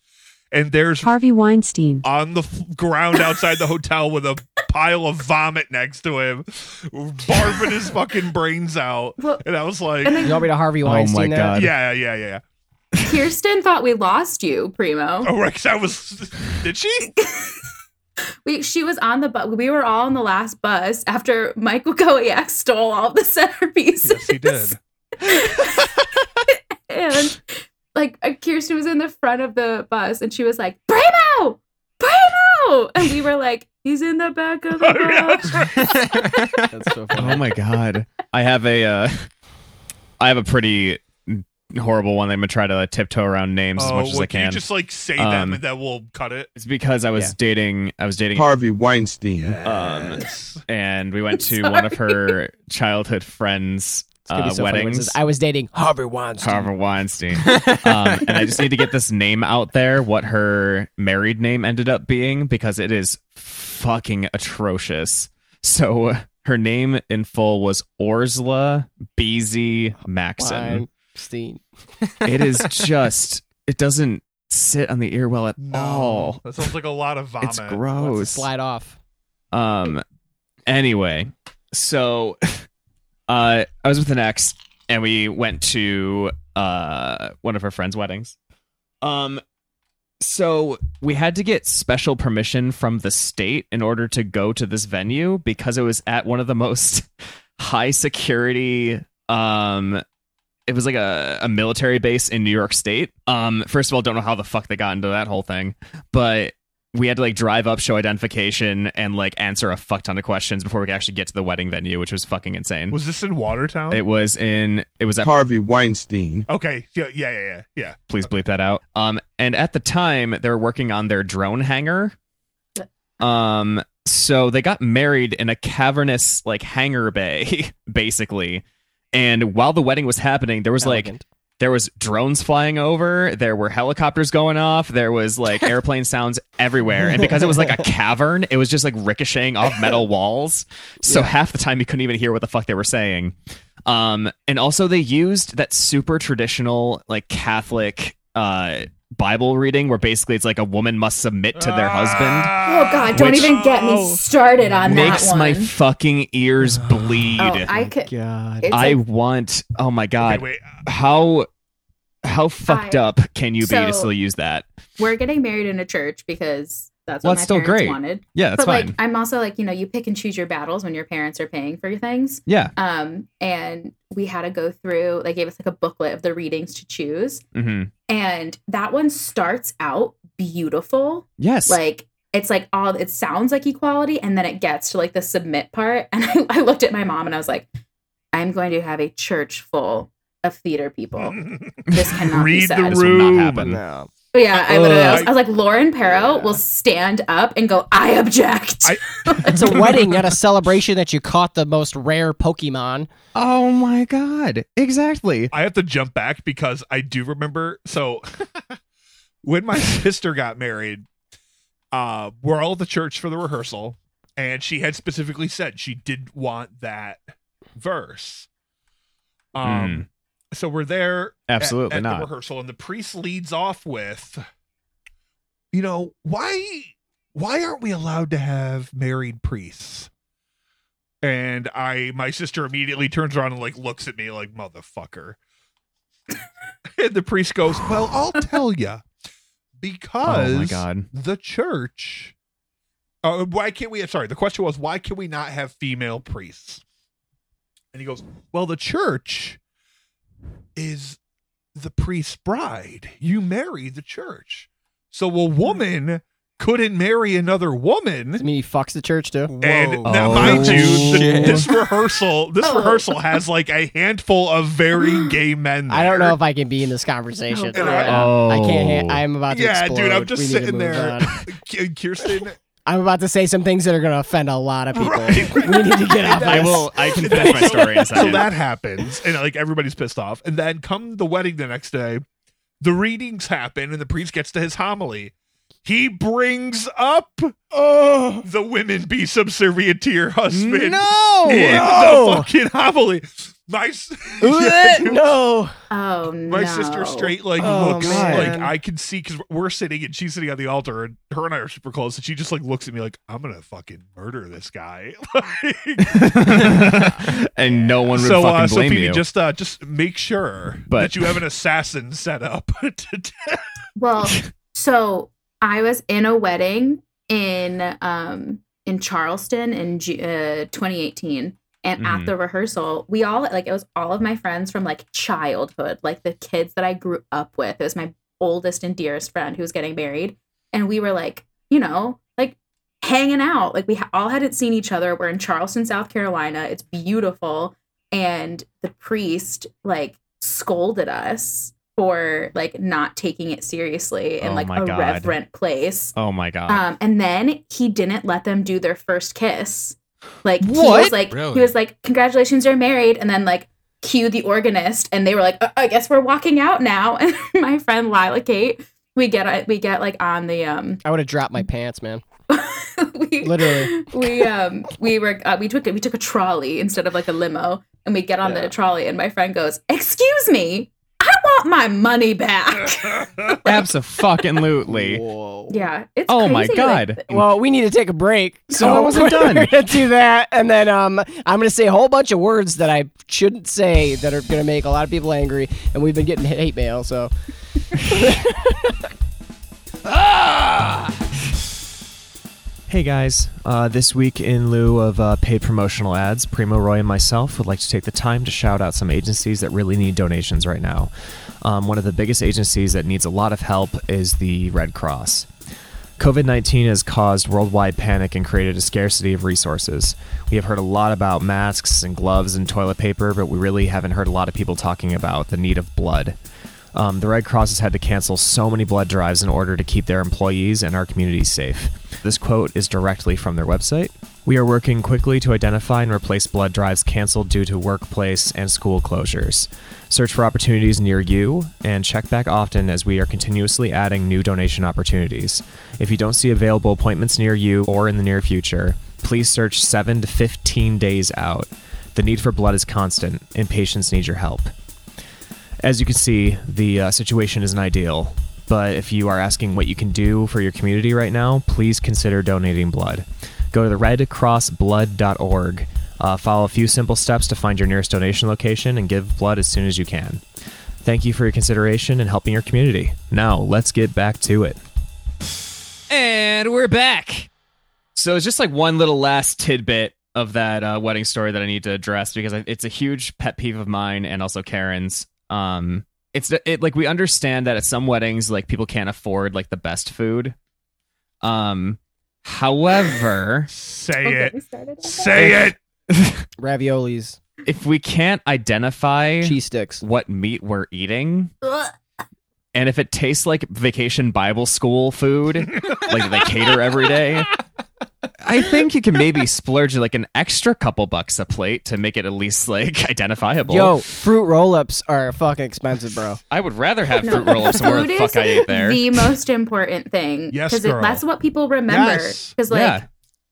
and there's
Harvey Weinstein.
on the f- ground outside the hotel with a pile of vomit next to him, barfing his fucking brains out.
Well,
And I was like,
and
yeah,
you want me to Harvey
Oh my
Weinstein? that?
God.
yeah, yeah, yeah.
Kirsten thought we lost you, Primo.
Oh, Rex, I was. Did she?
We, she was on the bus. We were all on the last bus after Michael Goyak stole all the centerpieces.
Yes, he did.
and like uh, Kirsten was in the front of the bus and she was like, Bramo! Bramo! And we were like, he's in the back of
Oh,
the bus.
That's so funny.
oh my god i have a uh i have a pretty horrible one that i'm gonna try to uh, tiptoe around names as much as
well,
i
can
can
Oh, you just like say
Um,
them and then we'll cut it?
it's because i was
Yeah.
dating i was dating
Harvey Weinstein.
um and we went to
Sorry.
one of her childhood friends
It's gonna
uh,
be so funny when it
weddings
says, I was dating Harvey Weinstein.
Harvey Weinstein. um, and I just need to get this name out there, what her married name ended up being, because it is fucking atrocious. So her name in full was Orsla Beezy Maxon.
Weinstein.
It is just, it doesn't sit on the ear well at
No.
all.
That sounds like a lot of vomit.
Oh, It's
Wants to
gross.
Slide off.
Um. Anyway, so uh, I was with an ex, and we went to uh one of her friends' weddings. Um. So we had to get special permission from the state in order to go to this venue because it was at one of the most high security um it was like a, a military base in New York State. Um, first of all, don't know how the fuck they got into that whole thing, but we had to like drive up, show identification, and like answer a fuck ton of questions before we could actually get to the wedding venue, which was fucking insane.
Was this in Watertown?
it was in it was at
Harvey Weinstein.
okay. Yeah, yeah, yeah, yeah. yeah.
please bleep that out. Um, and at the time they were working on their drone hangar. Um, so they got married in a cavernous like hangar bay, basically. And while the wedding was happening, there was like
Elegant.
there was drones flying over there were helicopters going off there was like airplane sounds everywhere and because it was like a cavern it was just like ricocheting off metal walls so half the time you couldn't even hear what the fuck they were saying um and also they used that super traditional like catholic uh bible reading where basically it's like a woman must submit to their husband
Oh God! Don't
Which-
even get
Oh.
me started on
makes
that one.
my fucking ears bleed
oh, I could.
God.
it's
I
like-
want oh my god
Okay, wait.
how how fucked
I-
up can you be to
So-
still use that
we're getting married in a church because that's
Well,
what
it's
my
still
parents
great.
wanted.
yeah that's
but
fine
like, I'm also like, you know, you pick and choose your battles when your parents are paying for your things.
yeah
Um, and we had to go through. They gave us like a booklet of the readings to choose,
Mm-hmm.
and that one starts out beautiful,
Yes.
like. It's like all it sounds like equality, and then it gets to like the submit part. And I, I looked at my mom and I was like, I'm going to have a church full of theater
Mm-hmm.
people. This cannot be
Read
said.
the
this will not
room.
happen.
No.
But yeah, I literally, I was,
Ugh.
I was like, Lauren Perro will stand up and go, I object.
I-
It's a wedding, not a celebration that you caught the most rare Pokemon.
Oh my god! Exactly.
I have to jump back because I do remember. So when my sister got married, uh, we're all at the church for the rehearsal, and she had specifically said she didn't want that verse. Um,
Hmm.
so we're there at-
Absolutely
at,
not.
the rehearsal, and the priest leads off with, you know, why why aren't we allowed to have married priests? And I, my sister immediately turns around and like looks at me like motherfucker. and the priest goes, "Well, I'll tell you, because
oh my god.
the church. Uh, why can't we? Sorry, the question was why can we not have female priests? And he goes, well, the church is the priest's bride. You marry the church, so a woman couldn't marry another
Does it
woman.
mean he fucks the church too?
And uh,
Whoa.
now,
Oh,
mind you, th-
shit.
this rehearsal, this
Oh.
rehearsal has like a handful of very gay men. There.
I don't know if I can be in this conversation.
Oh,
right
God.
now. I can't.
Oh.
Ha- I'm about to.
Yeah,
explode.
dude, I'm just
We need to
sitting
move
there.
on.
K- Kirsten,
I'm about to say some things that are going to offend a lot of people.
Right, right.
We need to get off.
I
this.
will. I can finish my story in a
so
second.
that happens, and like everybody's pissed off. And then come the wedding the next day, the readings happen, and the priest gets to his homily. He brings up the women be subservient to your husband.
no.
In the fucking homily, my s- Yeah, dude.
no.
oh, no.
my sister straight like
Oh,
looks
man.
like I can see because we're sitting and she's sitting on the altar and her and I are super close and she just like looks at me like I'm gonna fucking murder this guy. Like,
and no one would
so,
fucking
uh, so
blame
Phoebe,
you.
just uh, just make sure
But-
that you have an assassin set up. to-
Well, so I was in a wedding in um in Charleston in Ju- uh, 2018, And
Mhm.
at the rehearsal, we all like it was all of my friends from like childhood, like the kids that I grew up with. It was my oldest and dearest friend who was getting married, and we were like, you know, like hanging out. Like we ha- all hadn't seen each other. We're in Charleston, South Carolina. It's beautiful, and the priest like scolded us for like not taking it seriously in
Oh
like
my
a
God.
reverent place.
Oh my god.
Um, and then he didn't let them do their first kiss. Like
What?
he was like
Really?
he was like, "Congratulations, you're married," and then like cue the organist, and they were like, "Uh, "I guess we're walking out now." And my friend Lila Kate, we get uh, we get like on the um
I would have dropped my pants, man.
we,
Literally.
we um we were uh, we took we took a trolley instead of like a limo, and we get on the trolley, and my friend goes, "Excuse me, I want my money back."
Absolutely.
Whoa.
yeah, it's
Oh my
crazy, like,
God.
Well, we need to take a break. So
I wasn't
we're
done.
gonna do that, and then um, I'm gonna say a whole bunch of words that I shouldn't say that are gonna make a lot of people angry, and we've been getting hate mail. So
Hey guys, uh, this week in lieu of uh, paid promotional ads, Primo Roy and myself would like to take the time to shout out some agencies that really need donations right now. Um, one of the biggest agencies that needs a lot of help is the Red Cross. COVID 19 has caused worldwide panic and created a scarcity of resources. We have heard a lot about masks and gloves and toilet paper, but we really haven't heard a lot of people talking about the need of blood. Um, the Red Cross has had to cancel so many blood drives in order to keep their employees and our communities safe. This quote is directly from their website. We are working quickly to identify and replace blood drives canceled due to workplace and school closures. Search for opportunities near you and check back often as we are continuously adding new donation opportunities. If you don't see available appointments near you or in the near future, please search 7 to 15 days out. The need for blood is constant, and patients need your help. As you can see, the uh, situation isn't ideal, but if you are asking what you can do for your community right now, please consider donating blood. Go to the redcrossblood.org. Uh, follow a few simple steps to find your nearest donation location and give blood as soon as you can. Thank you for your consideration and helping your community. Now, let's get back to it.
And we're back. So it's just like one little last tidbit of that uh, wedding story that I need to address because I, it's a huge pet peeve of mine and also Karen's. Um, it's it like we understand that at some weddings like people can't afford like the best food. Um, however,
Say
Oh,
it.
get me started on that?
Say it.
raviolis,
if we can't identify
cheese sticks.
what meat we're eating
Ugh.
and if it tastes like vacation Bible school food, like they cater every day, I think you can maybe splurge like an extra couple bucks a plate to make it at least like identifiable.
Yo, fruit roll-ups are fucking expensive, bro.
I would rather have
No,
fruit roll ups where the
food
fuck I
is
ate there.
The most important thing.
Yes,
Because
girl.
that's what people remember.
Yes.
Because like
Yeah.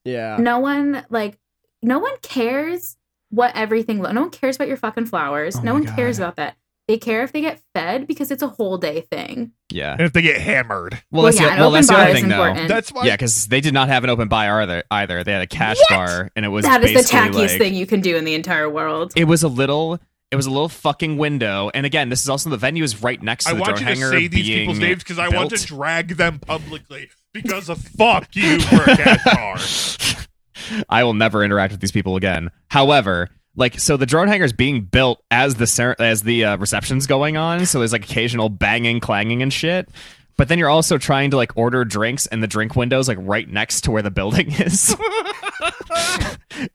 Yeah.
no one like no one cares what everything lo- no one cares about your fucking flowers.
Oh
no
my
one cares
God.
about that. They care if they get fed because it's a whole day thing.
Yeah.
And if they get hammered,
Well, that's
yeah,
the,
an
well,
open
that's the
bar
other
is
thing, though.
important.
that's why.
Yeah, because they did not have an open bar either. Either they had a cash bar, and it was
That is the
basically,
tackiest
like-
thing you can do in the entire world.
It was a little. It was a little fucking window, and again, this is also the venue is right next to
I
the
want
door
you to
hanger
say these
being
people's names because I want to
built.
drag them publicly because of fuck you for a cat car.
I will never interact with these people again. However, like so the drone hangar is being built as the cer- as the uh, reception's going on, so there's like occasional banging, clanging and shit. But then you're also trying to like order drinks and the drink windows like right next to where the building is.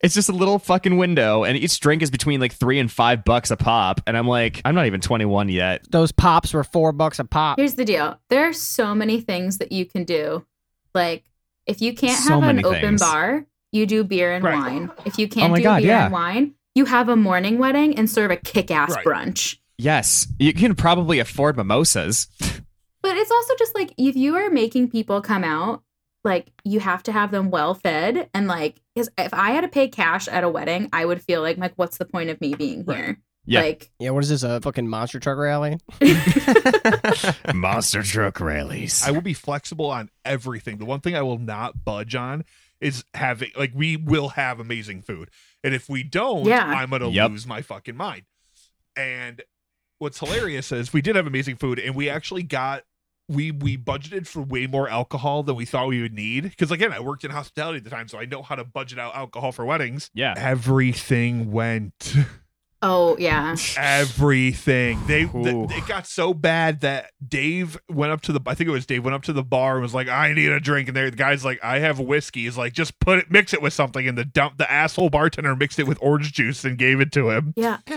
it's just a little fucking window and each drink is between like 3 and 5 bucks a pop and I'm like I'm not even 21 yet.
Those pops were four bucks a pop.
Here's the deal. There are so many things that you can do. Like if you can't
So
have an
many
open
things. Oh
bar, you do beer and
Right.
wine. If you can't
my
do
God,
beer
yeah.
and wine, you have a morning wedding and serve a kick-ass
Right.
brunch.
Yes, you can probably afford mimosas.
But it's also just like if you are making people come out, like you have to have them well fed and like 'cause if I had to pay cash at a wedding, I would feel like like what's the point of me being here?
Yeah.
Like
Yeah, what is this? A fucking monster truck rally?
Monster truck rallies.
I will be flexible on everything. The one thing I will not budge on is having like we will have amazing food. And if we don't,
Yeah.
I'm gonna
Yep.
lose my fucking mind. And what's hilarious is we did have amazing food and we actually got we we budgeted for way more alcohol than we thought we would need because again i worked in hospitality at the time so i know how to budget out alcohol for weddings
Yeah.
everything went
Oh yeah.
everything they th-
Ooh.
it got so bad that dave went up to the i think it was dave went up to the bar and was like i need a drink and there the guy's like i have whiskey he's like just put it mix it with something and the dump the asshole bartender mixed it with orange juice and gave it to him
Yeah.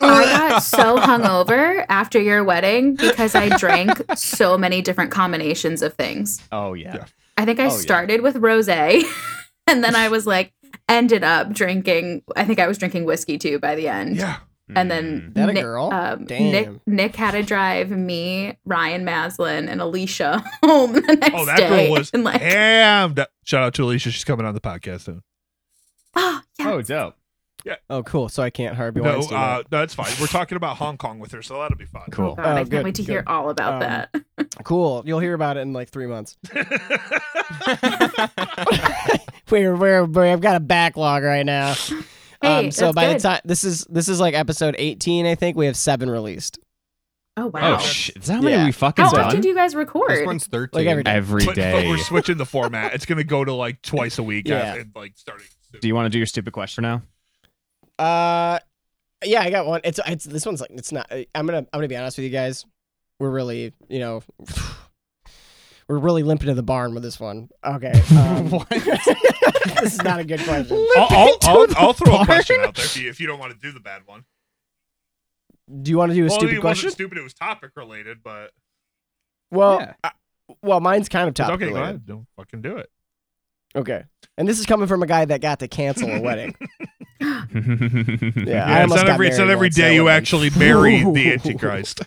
I got so hungover after your wedding because I drank so many different combinations of things.
Oh yeah.
I think I
Oh, yeah.
started with rosé and then I was like ended up drinking I think I was drinking whiskey too by the end.
yeah
And then
That a
Nick,
girl?
um,
Damn.
Nick Nick had to drive me, Ryan Maslin, and Alicia home the next
that girl
day.
was
and like,
and shout out to alicia she's coming on the podcast soon
oh
Mm.
yeah,
Oh dope.
Oh, cool. So I can't Harvey
no
Weinstein.
uh no, that's fine we're talking about hong kong with her so that'll be fun
cool. God,
Oh,
I can't
good,
wait to
good.
hear all about
Um,
that. Oh,
that. cool. You'll hear about it in like three months. we're, we're, we I've got a backlog right now.
Hey,
um, so
that's
by
good.
the time this is this is like episode 18, I think we have seven released.
Oh wow.
Oh shit. Is that how many
Yeah.
we fucking
How
done?
often do you guys
This
record?
one's 13.
Like every day.
Every
but, but
day.
we're switching the format it's gonna go to like twice a week
Yeah.
after, like starting soon.
Do you want to do your stupid question now?
Uh, yeah, I got one. It's it's this one's like it's not. I'm gonna I'm gonna be honest with you guys. We're really you know we're really limping to the barn with this one. Okay, um, this is not a good question.
I'll, I'll, I'll, I'll throw a question out there if you, if you don't want to do the bad one.
Do you want to do a
well,
stupid
it
question?
wasn't stupid. It was topic related, but
Well,
Yeah.
I- well, mine's kind of
it's
topical.
okay. Go ahead. Don't fucking do it.
Okay. And this is coming from a guy that got to cancel a wedding. Yeah, I
it's
almost
not
got
every, it's not
married
every
once, that
day you
would've been-
actually marry the Antichrist.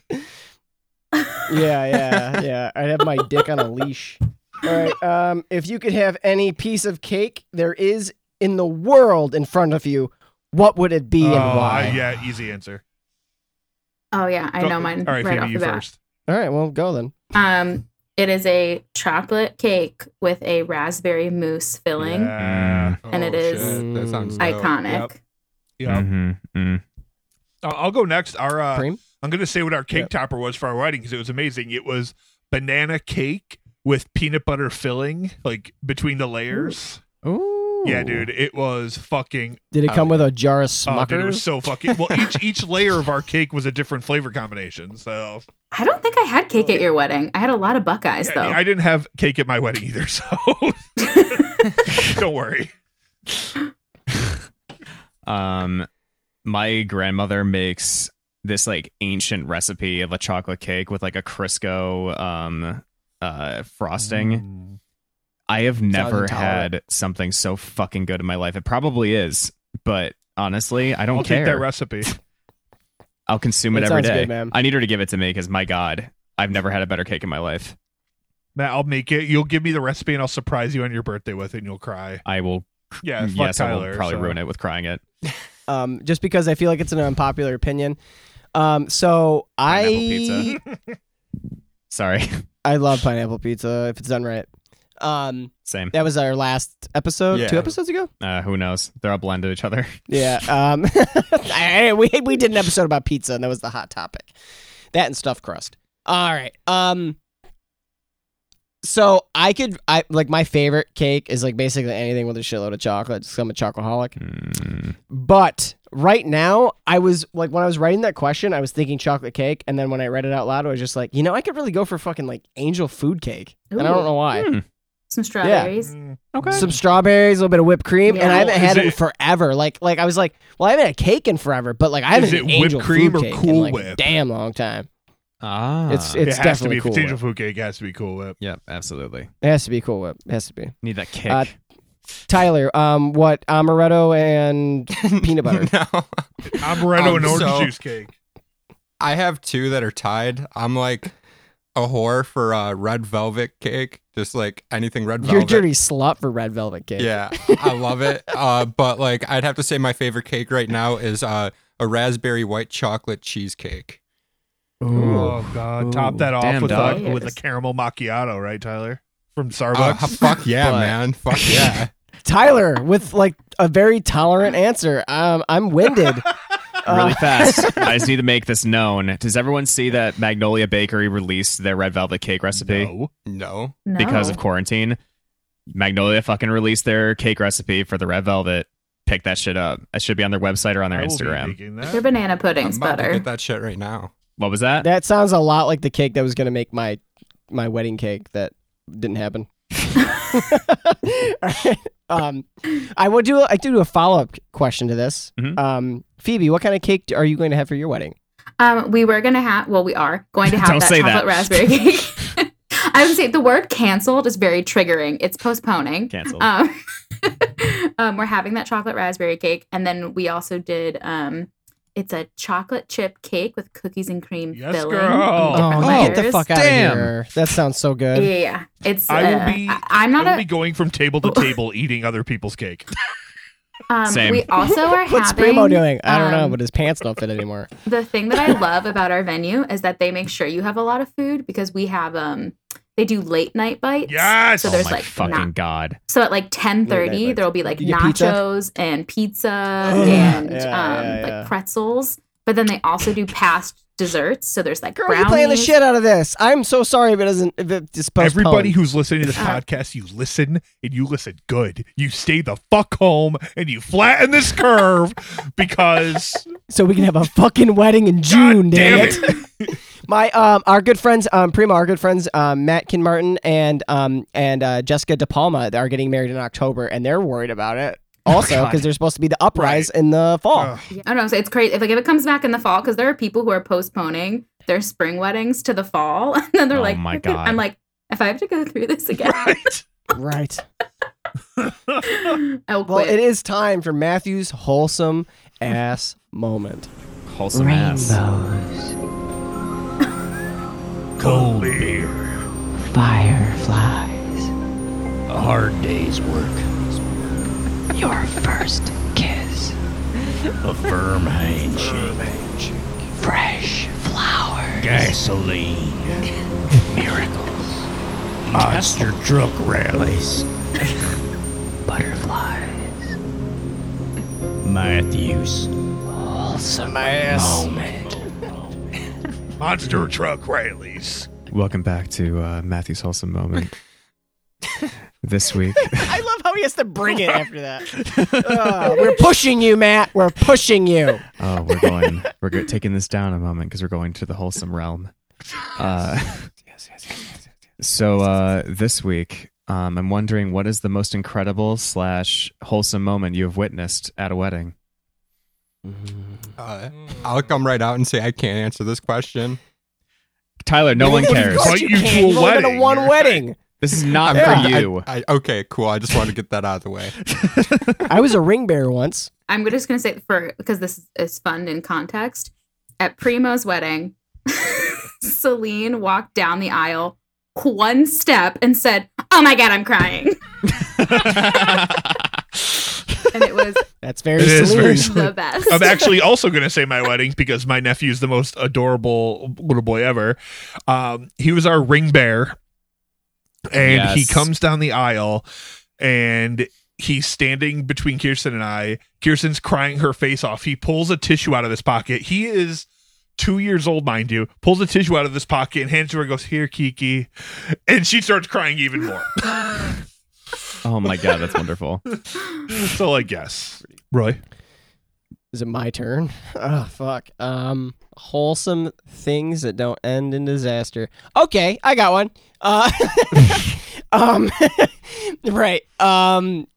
Yeah, yeah, yeah. I'd have my dick on a leash. All right. Um, if you could have any piece of cake there is in the world in front of you, what would it be and
Oh,
why?
yeah, easy answer.
Oh yeah, I
Go-
know mine
All right,
right
Phoebe,
off
you
the bat.
first.
All right. Well, go then.
Um, it is a chocolate cake with a raspberry mousse filling.
Mm.
Mm-hmm,
Yeah.
And it is
Oh, shit. That sounds dope.
Iconic.
Yeah.
Mhm, mm.
I'll- I'll go next. Our uh,
Cream.
I'm gonna say what our cake topper was for our wedding because it was amazing. It was banana cake with peanut butter filling, like between the layers.
Ooh.
Yeah, dude, it was fucking
Did it come with a jar of
Oh, dude, uh, it was
Smuckers?
so fucking well. Each each layer of our cake was a different flavor combination. So
I don't think I had cake at your wedding. I had a lot of Buckeyes
Yeah, I,
though.
mean, I didn't have cake at my wedding either. So don't worry.
Um, my grandmother makes this like ancient recipe of a chocolate cake with like a Crisco um uh frosting. I have never
intolerant.
had something so fucking good in my life. It probably is, but honestly, I don't
I'll
care.
take that recipe.
I'll consume it
That
every
sounds
day.
good, man.
I need her to give it to me because my god, I've never had a better cake in my life.
Matt, I'll make it. You'll give me the recipe and I'll surprise you on your birthday with it and you'll cry.
I will.
Yeah, fuck
yes,
Tyler.
I will probably
so.
ruin it with crying it.
Um, just because I feel like it's an unpopular opinion. Um, so I
Pineapple pizza. Sorry.
I love pineapple pizza if it's done right. Um,
Same.
that was our last episode,
Yeah.
two episodes ago.
Uh, who knows? They're all blended each other.
Yeah. Um, I- we we did an episode about pizza, and that was the hot topic. That and stuffed crust. All right. Um. So I could I like my favorite cake is like basically anything with a shitload of chocolate. Just 'cause I'm a chocoholic.
Mm.
But right now, I was like when I was writing that question, I was thinking chocolate cake, and then when I read it out loud, I was just like, you know, I could really go for fucking like angel food cake, and I
Ooh.
don't know why.
Hmm.
Some strawberries.
Mm.
Some strawberries, a little bit of whipped cream, and I
Yeah.
haven't had
Is
it, in
it-
forever. Like, like I was like, well, I haven't had cake in forever, but like I haven't
Is
had
it
an
whipped
angel
cream
food
or
cake in
Cool
like a
Whip?
damn long time.
Ah.
It's it's
it has to
definitely
be
cool.
potential
Whip.
food cake. Has to be cool whip.
Yep, absolutely.
It has to be cool whip. It has to be.
Need that kick.
Uh, Tyler, um, what amaretto and peanut butter?
no.
Amaretto
Um,
and orange
so-
juice cake.
I have two that are tied. I'm like a whore for uh, red velvet cake, just like anything red
You're a
velvet.
dirty slut for red velvet cake.
Yeah, I love it. Uh, but like, I'd have to say my favorite cake right now is uh, a raspberry white chocolate cheesecake.
Oh god! Top that off
Damn,
with
dog.
a, with a caramel macchiato, right, Tyler? From
Uh,
Starbucks.
fuck yeah,
But-
man. Fuck yeah.
Tyler with like a very tolerant answer. Um, I'm winded.
really fast. I just need to make this known. Does everyone see that Magnolia Bakery released their red velvet cake recipe
No.
No.
No.
because of quarantine? Magnolia fucking released their cake recipe for the red velvet. Pick that shit up. It should be on their website or on their
I will be
Instagram.
making
Their
that.
banana pudding's
I'm about to
better.
get that shit right now.
What was that?
That sounds a lot like the cake that was going to make my my wedding cake that didn't happen. All right. Um, I will do. I do a follow up question to this.
Mm-hmm.
Mhm.
Um, Phoebe, what kind of cake do- are you going to have for your wedding?
Um, we were gonna have. Well, we are going to have
Don't
that
say
chocolate
that.
raspberry cake. I would say the word canceled is very triggering. It's postponing.
Canceled.
Um, um, we're having that chocolate raspberry cake, and then we also did. Um, it's a chocolate chip cake with cookies and cream
Yes,
filling.
girl.
and different
oh, get the
layers.
fuck out
Damn.
of here! That sounds so
Yeah,
good.
yeah, yeah. It's.
I will
uh,
be-
I, am
I
not
will
a.
be going from table to table eating other people's cake.
um,
Same.
We also are
What's
having.
Primo doing? I don't know,
um,
but his pants don't fit anymore.
the thing that I love about our venue is that they make sure you have a lot of food because we have um they do late night bites.
Yes!
So
oh
there's
my
like
fucking
na-
god.
so at like ten
Late night
thirty
bites.
there will be like
You get pizza?
nachos and pizza
Ugh.
and
Yeah,
um
yeah, yeah.
like pretzels. But then they also do past desserts. So there's like
Girl,
brownies.
you're playing the shit out of this. I'm so sorry if it doesn't. If it's postponed.
Everybody who's listening to this
Uh.
podcast, you listen and you listen good. You stay the fuck home and you flatten this curve because
so we can have a fucking wedding in June.
God damn it.
My um, our good friends, um, Prima, our good friends, um, Matt Kinmartin and um, and uh, Jessica DePalma are getting married in October, and they're worried about it
Oh
also because they're supposed to be the uprise in the fall.
Ugh.
Yeah, I don't know. So it's crazy. If like if it comes back in the fall, because there are people who are postponing their spring weddings to the fall. And then they're
Oh
like
my
"Okay."
God.
I'm like, if I have to go through this again,
Right.
I will quit.
Well, it is time for Matthew's wholesome ass moment.
Wholesome ass.
cold beer,
Fireflies,
a hard day's work,
your first kiss,
a firm handshake,
fresh flowers,
gasoline, miracles, monster truck rallies,
butterflies,
Matthews,
wholesome ass moment.
monster truck rallies.
Welcome back to uh, Matthew's wholesome moment. this week,
I love how he has to bring it after that. Uh, we're pushing you, Matt. We're pushing you.
oh, we're going. We're go- taking this down a moment because we're going to the wholesome realm. Uh, so uh, this week, um, I'm wondering what is the most incredible slash wholesome moment you have witnessed at a wedding?
Uh, I'll come right out and say I can't answer this question.
Tyler, no one
Of
cares.
course
But
you
you
can't.
to a
You've only been to
wedding.
one wedding.
This is not
I-
for you.
I- I- okay, cool. I just want to get that out of the way.
I was a ring bearer once.
I'm just gonna say for because this is fun in context. At Primo's wedding, Celine walked down the aisle one step and said, "Oh my god, I'm crying," and it was
That's very
It is
Celine.
very
the best.
I'm actually also going to say my wedding because my nephew's the most adorable little boy ever. Um, he was our ring bearer, and he
Yes.
comes down the aisle, and he's standing between Kirsten and I. Kirsten's crying her face off. He pulls a tissue out of his pocket. He is two years old, mind you. Pulls a tissue out of his pocket and hands it to her. and Goes here, Kiki, and she starts crying even more.
oh my god, that's wonderful.
so I guess Roy,
Is it my turn? Oh fuck. Um wholesome things that don't end in disaster. Okay, I got one. Uh um right. Um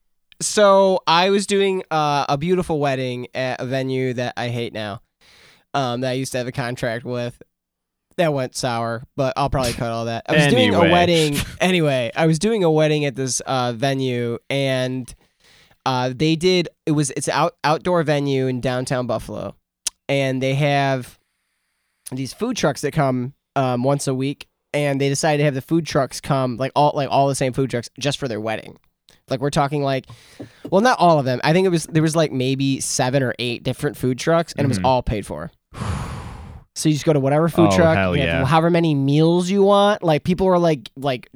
so I was doing uh, a beautiful wedding at a venue that I hate now. Um that I used to have a contract with. That went sour, but I'll probably cut all that. I was doing
Anyway.
a wedding anyway. I was doing a wedding at this uh venue and uh, they did it was it's an out outdoor venue in downtown Buffalo, and they have these food trucks that come um, once a week, and they decided to have the food trucks come like all like all the same food trucks just for their wedding. Like we're talking like, well, not all of them. I think it was there was like maybe seven or eight different food trucks, and it was
Mhm.
all paid for. So you just go to whatever food
Oh,
truck,
hell
you have
yeah.
however many meals you want. Like people are like like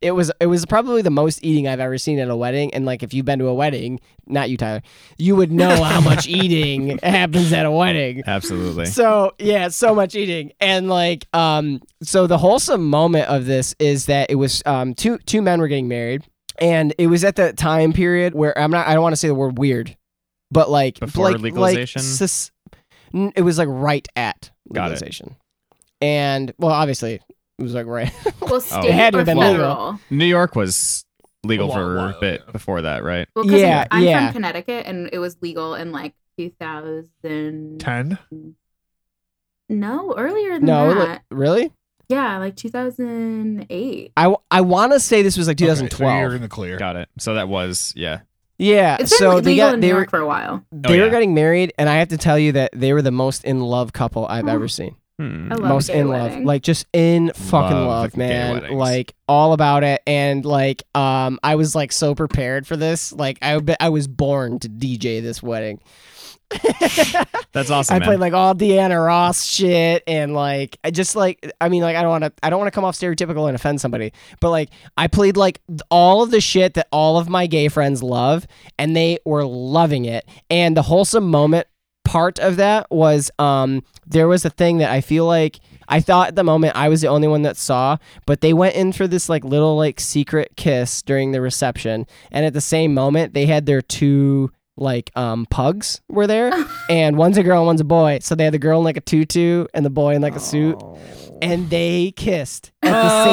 It was it was probably the most eating I've ever seen at a wedding. And like if you've been to a wedding, not you, Tyler, you would know how much eating happens at a wedding.
Absolutely.
So yeah, so much eating, and like, um, so the wholesome moment of this is that it was um two two men were getting married, and it was at that time period where I'm not I don't want to say the word weird, but like
Before
like, like
legalization?
sus- n- it was like right at
Got it.
legalization, and well, obvly it was like right.
Well, state
Oh. had to
or
have been legal.
federal.
New York was legal for
while,
a bit before that, right?
Well, 'cause
Yeah,
I'm
yeah.
from Connecticut, and it was legal in like 2000.
Ten.
No, earlier than
no,
that.
li- really?
yeah, like 2008.
I I want to say this was like 2012.
Okay, so you're in the clear.
Got it. So that was yeah.
yeah,
It's been
so they
legal
got
in
they
New
were
York for a while.
Oh,
they were
yeah.
getting married, and I have to tell you that they were the most in love couple I've
Oh.
ever seen.
Hmm.
I love
most
a gay
in love
wedding.
like just in fucking
Love
love,
gay
man
weddings.
like all about it and like um i was like so prepared for this like i be- i was born to dj this wedding
That's awesome.
i
man.
played like all deanna ross shit and like i just like i mean like i don't want to i don't want to come off stereotypical and offend somebody but like i played like th- all of the shit that all of my gay friends love and they were loving it and the wholesome moment part of that was um there was a thing that I feel like I thought at the moment I was the only one that saw, but they went in for this like little like secret kiss during the reception, and at the same moment they had their two like um pugs were there, and one's a girl and one's a boy, so they had the girl in like a tutu and the boy in like a suit, and they kissed at the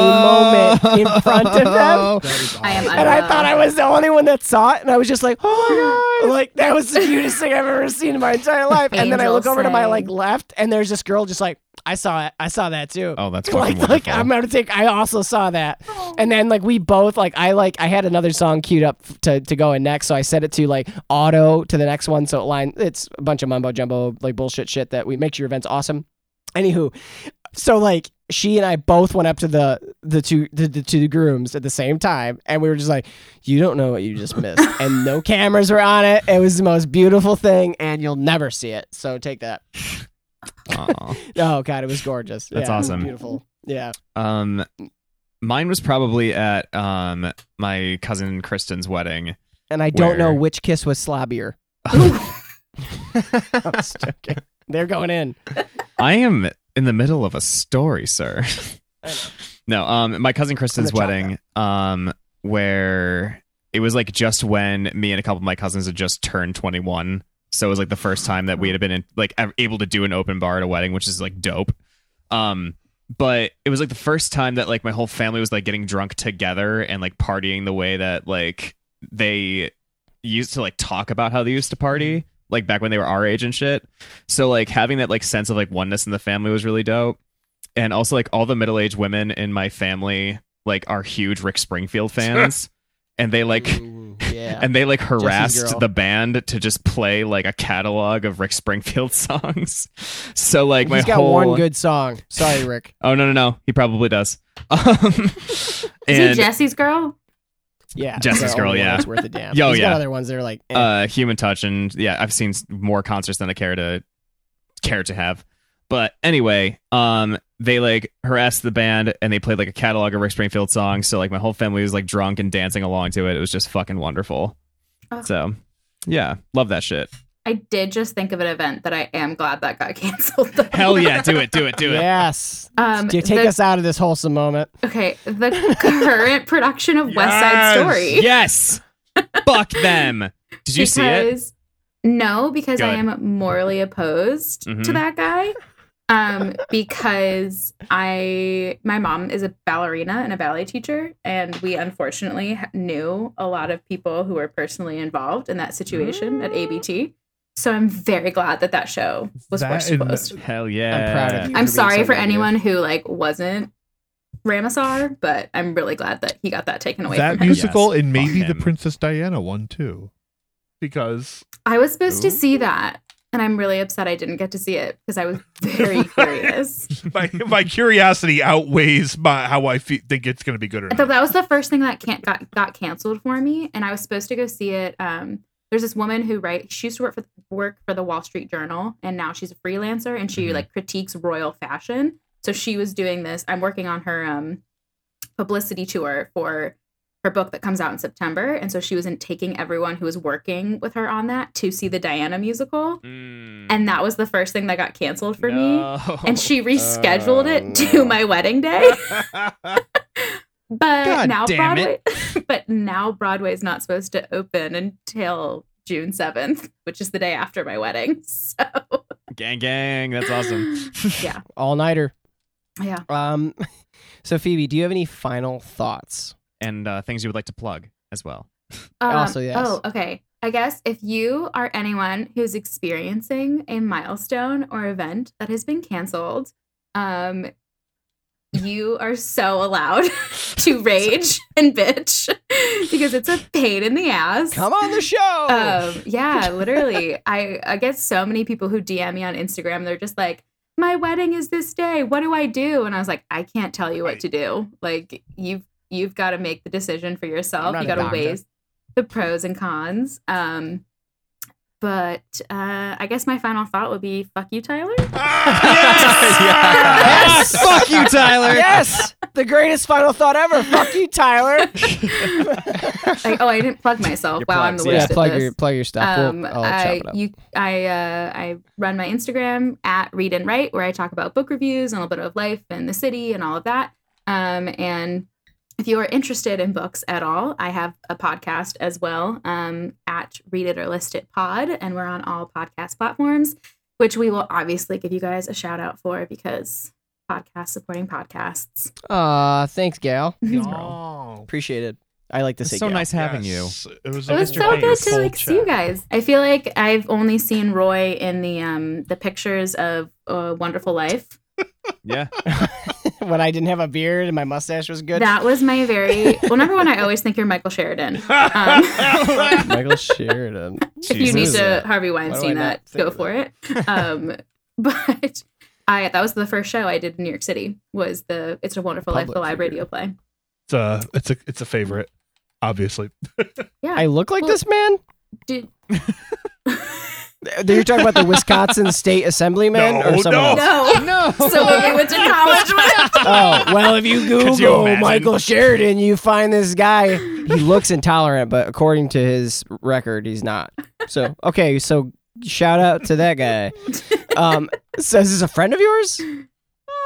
same moment in front of
Oh.
them.
I am.
And I
unwell.
thought I was the only one that saw it, and I was just like, "Oh my god!" Like that was the cutest thing I've ever seen in my entire life. And then I
Angels
look over to my
sang.
like left, and there's this girl just like, "I saw it. I saw that too."
Oh, that's
like,
fucking
like
wonderful.
I'm gonna take. I also saw that. And then like we both like I like I had another song queued up f- to to go in next, so I set it to like auto to the next one, so it line it's a bunch of mumbo jumbo like bullshit shit that we makes your events awesome. Anywho, so like she and I both went up to the the two the, the two grooms at the same time, and we were just like, "You don't know what you just missed," and no cameras were on it. It was the most beautiful thing, and you'll never see it. So take that.
Aw.
Oh god, it was gorgeous.
That's
Yeah, it was
awesome.
Beautiful. Yeah.
Um, mine was probably at um my cousin Kristen's wedding.
And I don't know
Where?
which kiss was slobbier. I'm just joking. They're going in.
I am in the middle of a story, sir.
I know.
no, um, my cousin Kristen's
I'm gonna chop
wedding, um, where it was like just when me and a couple of my cousins had just turned 21. So it was like the first time that we had been in, like ev- able to do an open bar at a wedding, which is like dope. Um, but it was like the first time that like my whole family was like getting drunk together and like partying the way that like they used to like talk about how they used to party
Mm-hmm.
like back when they were our age and shit. So like having that like sense of like oneness in the family was really dope. And also like all the middle aged women in my family like are huge Rick Springfield fans. and they like
Mm, yeah.
and they like harassed
girl.
the band to just play like a catalog of Rick Springfield songs. So like my
He's got
whole
one good song. Sorry, Rick.
Oh no no no, he probably does. Um,
Is
and
he Jesse's girl?
Yeah.
Jesse's
it's the
Girl,
only one
yeah.
that's worth a damn.
Yo,
He's got
yeah.
other ones that are like, eh.
uh human touch and yeah i've seen s- more concerts than i care to care to have but anyway um they like harassed the band and they played like a catalog of rick springfield songs so like my whole family was like drunk and dancing along to it it was just fucking wonderful
Ugh.
so yeah love that shit
I did just think of an event that I am glad that got canceled. though.
hell yeah do it do it do it
yes.
Um,
Do you take
the-
us out of this wholesome moment.
Okay, the current production of West Side
Yes!
Story.
yes fuck them did you see it
because- No, because I
Good.
am morally opposed to
Mhm.
that guy. Um, because I, my mom is a ballerina and a ballet teacher, and we unfortunately ha- knew a lot of people who were personally involved in that situation at
Mm.
ABT. So I'm very glad that that show was
That
forced
and-
closed.
hell yeah
I'm proud of you.
I'm
for being
sorry
so
for
negative.
anyone who like wasn't Ramasar, but I'm really glad that he got that taken away.
that
from him.
musical
Yes,
and maybe
fuck
the
him.
Princess Diana one too, because
I was supposed
Ooh.
to see that, and I'm really upset I didn't get to see it because I was very curious.
my my curiosity outweighs my how I fe- think it's going to be good or
I thought
not.
that was the first thing that can't got got canceled for me, and I was supposed to go see it. Um, there's this woman who writes. She used to work for work for the Wall Street Journal, and now she's a freelancer, and she
Mhm.
like critiques royal fashion. So she was doing this. I'm working on her um publicity tour for her book that comes out in September. And so she was in taking everyone who was working with her on that to see the Diana musical.
Mm,
And that was the first thing that got canceled for me. And she rescheduled it
Oh.
to my wedding day.
Uh.
But
God
now
damn
Broadway but now Broadway's not supposed to open until June 7th, which is the day after my wedding. So
gang, gang. That's awesome.
yeah.
All nighter.
Yeah.
Um, so Phoebe, do you have any final thoughts?
And uh, things you would like to plug as well.
Also, yes.
Oh, okay. I guess if you are anyone who's experiencing a milestone or event that has been canceled, um, you are so allowed to rage and bitch because it's a pain in the ass.
Come on the show.
Um, yeah, literally. I I get so many people who DM me on Instagram. They're just like, "My wedding is this day. What do I do?" And I was like, "I can't tell you what to do. Like you've you've got to make the decision for yourself.
not
You
a
got to
doctor.
weigh the pros and cons." Um, but uh, I guess my final thought would be, "Fuck you, Tyler."
Ah!
yes. Fuck you, Tyler. Yes. The greatest final thought ever. Fuck you, Tyler.
Like, oh, I didn't plug myself.
Your
wow, I'm
plugs,
the
yeah.
worst
yeah,
at
plug
this.
your plug your stuff.
Um,
we'll, I'll chop
I,
it up.
you, I, uh, I run my Instagram at read and write, where I talk about book reviews and a little bit of life and the city and all of that. Um, and if you are interested in books at all, I have a podcast as well um, at Read It or List It Pod, and we're on all podcast platforms, which we will obviously give you guys a shout out for because podcast supporting podcasts.
Aw, thanks, Gal.
Oh,
Appreciate it. I like to
It's
say
so
Gal.
nice having you.
you. It was,
It
a
was
pleasure.
so good to
Full
like see you
chat.
guys. I feel like I've only seen Roy in the um the pictures of uh, Wonderful Life.
Yeah.
when I didn't have a beard and my mustache was good.
That was my very well. Number one, I always think you're Michael Sheridan. Um,
Michael Sheridan.
if you need
Jesus.
to Harvey
I
Weinstein
not
that,
think
go
of
for it. Um, but I that was the first show I did in New York City. Was the It's a Wonderful Life
Public
the live
figure.
radio play?
It's a, it's a, it's a favorite. Obviously,
I look like
Well-
this man.
Did
You're talking about the Wisconsin State Assemblyman
No,
or someone
no.
else?
no no. So when we went to college with.
Oh well, if you
Could you
Google
imagine?
Michael Sheridan, you find this guy. He looks intolerant, but according to his record, he's not. So okay, so shout out to that guy. Um, so is this a friend of yours?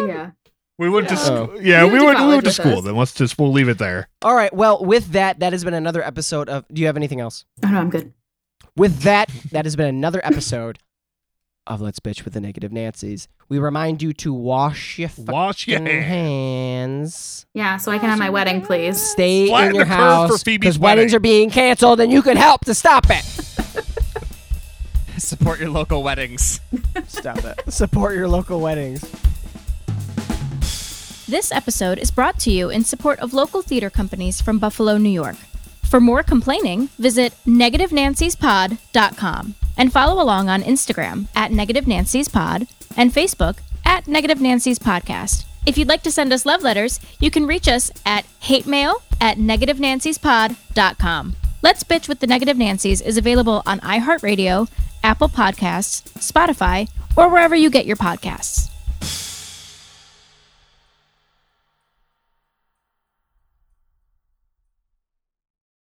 Yeah.
we went to
Yeah.
school. Yeah,
You went to
we went. We
college
went to
with
school.
us.
Then let's just we'll leave it there.
All right. Well, with that, that has been another episode of. Do you have anything else?
Oh no, I'm good.
With that, that has been another episode of Let's Bitch with the Negative Nancy's. We remind you to wash your fucking
Wash your hands.
hands.
Yeah. So I can have my wedding, please.
Stay
Flatten
in your
the curve for
house
Phoebe's
because weddings
wedding.
are being canceled, and you can help to stop it.
Support your local weddings.
Stop it. Support your local weddings.
This episode is brought to you in support of local theater companies from Buffalo, New York. For more complaining, visit negativenancyspod.com and follow along on Instagram at Negative Nancy's Pod and Facebook at Negative Nancy's Podcast. If you'd like to send us love letters, you can reach us at hatemail at negativenancyspod.com. Let's Bitch with the Negative Nancy's is available on iHeartRadio, Apple Podcasts, Spotify, or wherever you get your podcasts.